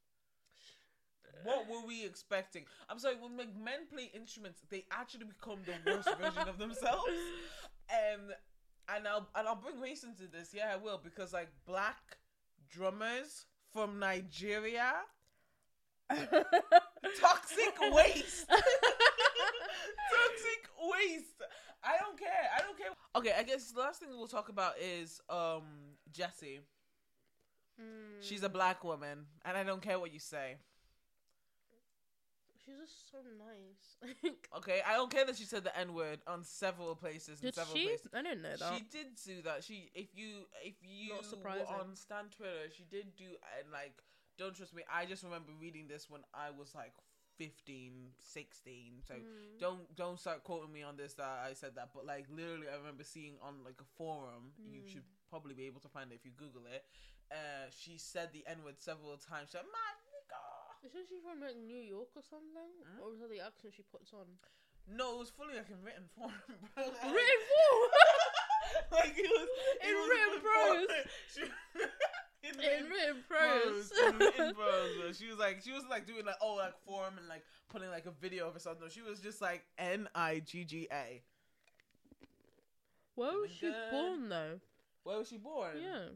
A: What were we expecting? I'm sorry. When like, men play instruments, they actually become the worst version of themselves. And and I'll and I'll bring race into this. Yeah, I will because like black drummers from Nigeria, toxic waste. toxic waste. I don't care. I don't care. Okay, I guess the last thing we'll talk about is um Jessie.
B: Mm,
A: She's a black woman, and I don't care what you say.
B: she's just so nice.
A: Okay, I don't care that she said the N word on several places. in
B: Did
A: several
B: she?
A: Places.
B: I don't know that.
A: She did do that. She, if you, if you
B: Not
A: were
B: surprising.
A: on Stan Twitter, she did do and like, don't trust me. I just remember reading this when I was like 15, 16. So
B: Mm.
A: don't don't start quoting me on this that I said that. But like literally, I remember seeing on like a forum. You
B: Mm.
A: should probably be able to find it if you Google it. Uh, she said the N word several times. She's like, "Man,
B: Isn't she from like New York or something?
A: Hmm?
B: Or is that the accent she puts on?
A: nigga." No, it was fully like in written form. bro. Like-
B: Written form!
A: like it was
B: In
A: it was
B: written
A: before-
B: prose.
A: she- in,
B: in
A: in
B: written prose.
A: in prose. She was like, she was like doing like, oh, like form and like putting like a video of herself. No, she was just like N I G G A.
B: Where was
A: Doing
B: she
A: good.
B: born though?
A: Where was she born?
B: Yeah.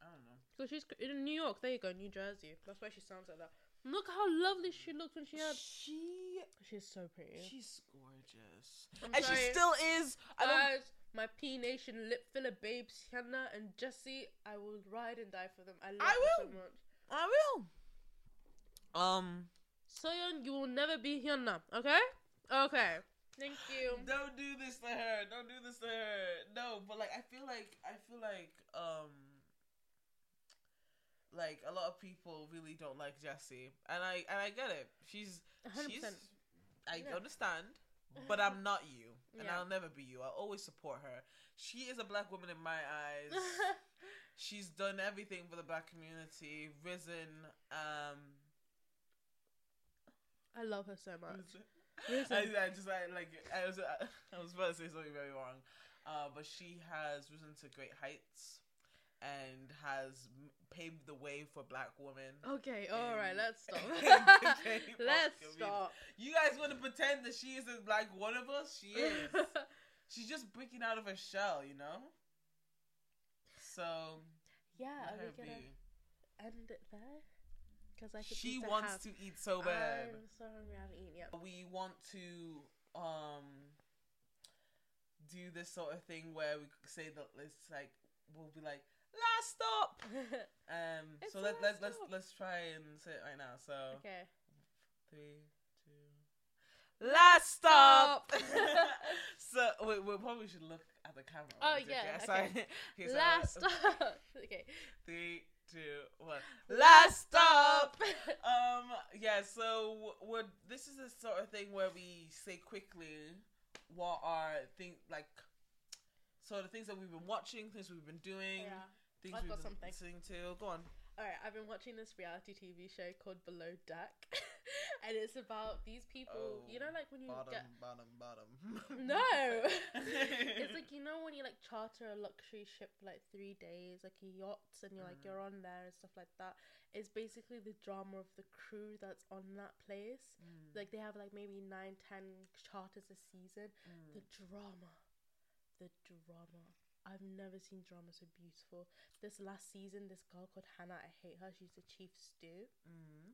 A: I don't know.
B: So she's c- in New York. There you go, New Jersey. That's why she sounds like that. Look how lovely she looked when she had.
A: She,
B: She's so pretty.
A: she's gorgeous,
B: I'm
A: and
B: sorry.
A: she still is. I don't.
B: Guys, my P Nation lip filler babes, Hannah and Jesse. I will ride and die for them. I love
A: I
B: you
A: will.
B: so much.
A: I will. Um.
B: Soyeon, you will never be Hyunna, okay? Okay. Thank you.
A: Don't do this to her. Don't do this to her. No, but like I feel like I feel like um like a lot of people really don't like Jessie. And I and I get it. She's
B: 100%.
A: she's I
B: Yeah.
A: understand, but I'm not you. And
B: Yeah.
A: I'll never be you. I always support her. She is a black woman in my eyes. She's done everything for the black community, risen, um
B: I love her so much.
A: I,
B: Risen.
A: I just I, like I was I was about to say something very wrong, uh, but she has risen to great heights, and has m- paved the way for black women.
B: Okay, alright,
A: Um,
B: let's stop.
A: okay, fuck,
B: let's
A: I mean,
B: stop.
A: You guys want to pretend that she isn't like one of us? She is. She's just breaking out of her shell, you know. So
B: yeah,
A: let
B: are
A: her
B: we gonna
A: be.
B: end it there? Because I could
A: she
B: eat a
A: wants
B: half.
A: to eat so bad. Oh.
B: I'm so hungry, I haven't eaten yet.
A: we want to um do this sort of thing where we say that it's like we'll be like last stop um
B: It's
A: so
B: the
A: let,
B: last
A: let's let's
B: stop.
A: let's try and say it right now so
B: okay.
A: three two last stop
B: Stop.
A: so we, we probably should look at the camera
B: Oh,
A: Okay,
B: yeah,
A: okay,
B: okay.
A: sorry. Okay, so
B: Last stop. okay.
A: three two one last stop um yeah so we this is the sort of thing where we say quickly what are things like sort of things that we've been watching things we've been doing
B: yeah.
A: things
B: I've
A: we've
B: got
A: been
B: something.
A: listening to go on
B: All right, I've been watching this reality TV show called Below Deck, and it's about these people. you know,
A: Oh,
B: like when you
A: bottom
B: get
A: bottom bottom
B: no, it's like you know when you like charter a luxury ship for like three days, like a yacht, and you're like
A: Mhm.
B: you're on there and stuff like that. It's basically the drama of the crew that's on that place.
A: Mm,
B: Like they have like maybe nine, ten charters a season.
A: mm.
B: The drama. The drama. I've never seen drama so beautiful. This last season, this girl called Hannah, I hate her. She's the chief stew.
A: Mm.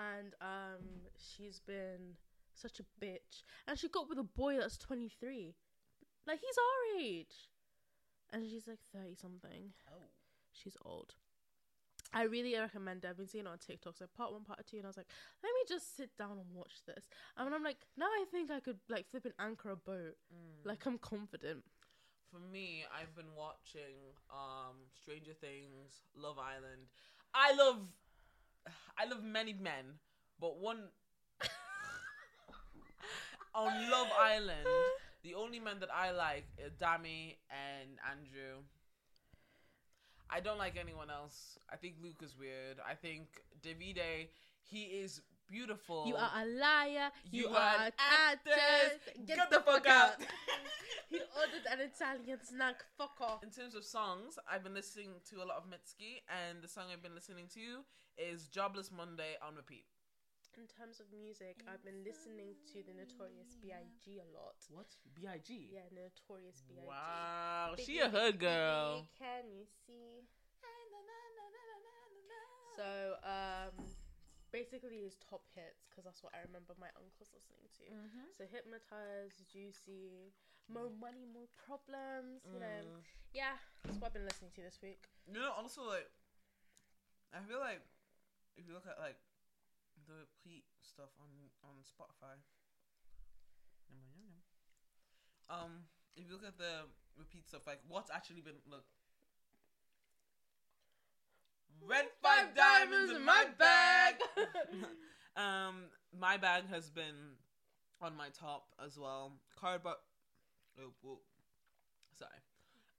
B: And um, she's been such a bitch. And she got with a boy that's 23. Like, he's our age. And she's like 30 something.
A: oh
B: She's old. I really recommend it. I've been seeing it on TikTok. So part one, part two, and I was like, let me just sit down and watch this. And I'm like, now I think I could like flip and anchor a boat.
A: mm.
B: Like I'm confident.
A: For me, I've been watching um Stranger Things, Love Island. I love I love many men, but one on Love Island, the only men that I like are Dammy and Andrew. I don't like anyone else. I think Luke is weird. I think Davide, he is beautiful.
B: You are a liar. You, are an actress.
A: Get, the, fuck out.
B: he ordered an Italian snack. Fuck off.
A: In terms of songs, I've been listening to a lot of Mitski, and the song I've been listening to is Jobless Monday on repeat.
B: In terms of music, I've been listening to the Notorious B.I.G. a lot.
A: What? B.I.G.?
B: Yeah, Notorious B.I.G.
A: Wow, she
B: Biggie,
A: a hood
B: Biggie,
A: girl.
B: Can you see? So, um, basically his top hits because that's what I remember my uncles listening to.
A: Mhm.
B: So hypnotized, juicy, more money, more problems. You know,
A: Mm.
B: yeah, that's what I've been listening to this week.
A: You know, also, like, I feel like if you look at, like, the repeat stuff on, on Spotify, Yum, yum, yum. um, if you look at the repeat stuff, like, what's actually been, look, Red Five Diamonds in my bag! um, my bag has been on my top as well. Cardboard. Oh, whoa. sorry.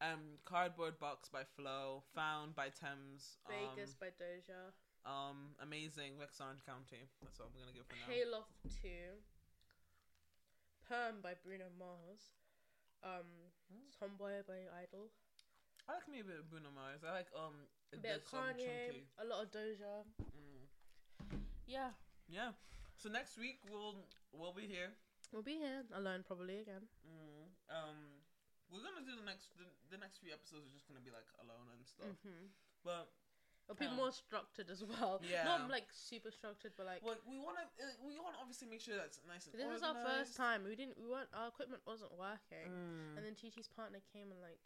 A: Um, cardboard box by Flo, found by Thames. Um,
B: Vegas by Doja,
A: Um, amazing Rex Orange County. That's what I'm gonna give for now.
B: Hail Off Two,
A: Hmm.
B: Perm by Bruno Mars, um, Tomboy by Idol,
A: I like me a bit of Bruno Mars. I like um
B: A bit of Kanye, a lot of Doja.
A: Mm.
B: Yeah,
A: Yeah. So next week we'll we'll be here.
B: we'll be here alone probably again.
A: Mm. Um, we're gonna do the next the, the next few episodes are just gonna be like alone and stuff.
B: hmm
A: But
B: It'll be
A: Um,
B: more structured as well.
A: yeah.
B: Not like super structured, but like
A: well, we want to uh, we want to obviously make sure that's nice and.
B: this is our
A: organized.
B: first time. We didn't. We weren't. Our equipment wasn't working.
A: Mm.
B: And then TT's partner came and like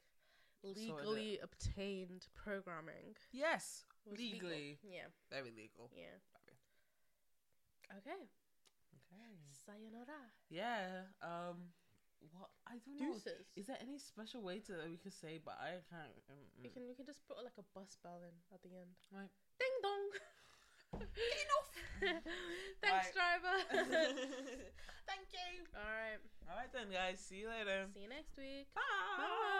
A: Sorted it.
B: legally obtained programming.
A: Yes,
B: It was legal.
A: Legally.
B: Yeah.
A: very legal.
B: Yeah. Okay.
A: Mm. Okay.
B: Sayonara.
A: Yeah. Um. What I don't know.
B: Deuces.
A: Is there any special way to that we could say? But I can't. mm,
B: We
A: mm.
B: can we can just put like a bus bell in at the end.
A: Right.
B: Ding dong. Thanks,
A: Right.
B: driver.
A: Thank you.
B: All right.
A: All right then, guys. See you later.
B: See you next week.
A: Bye.
B: Bye.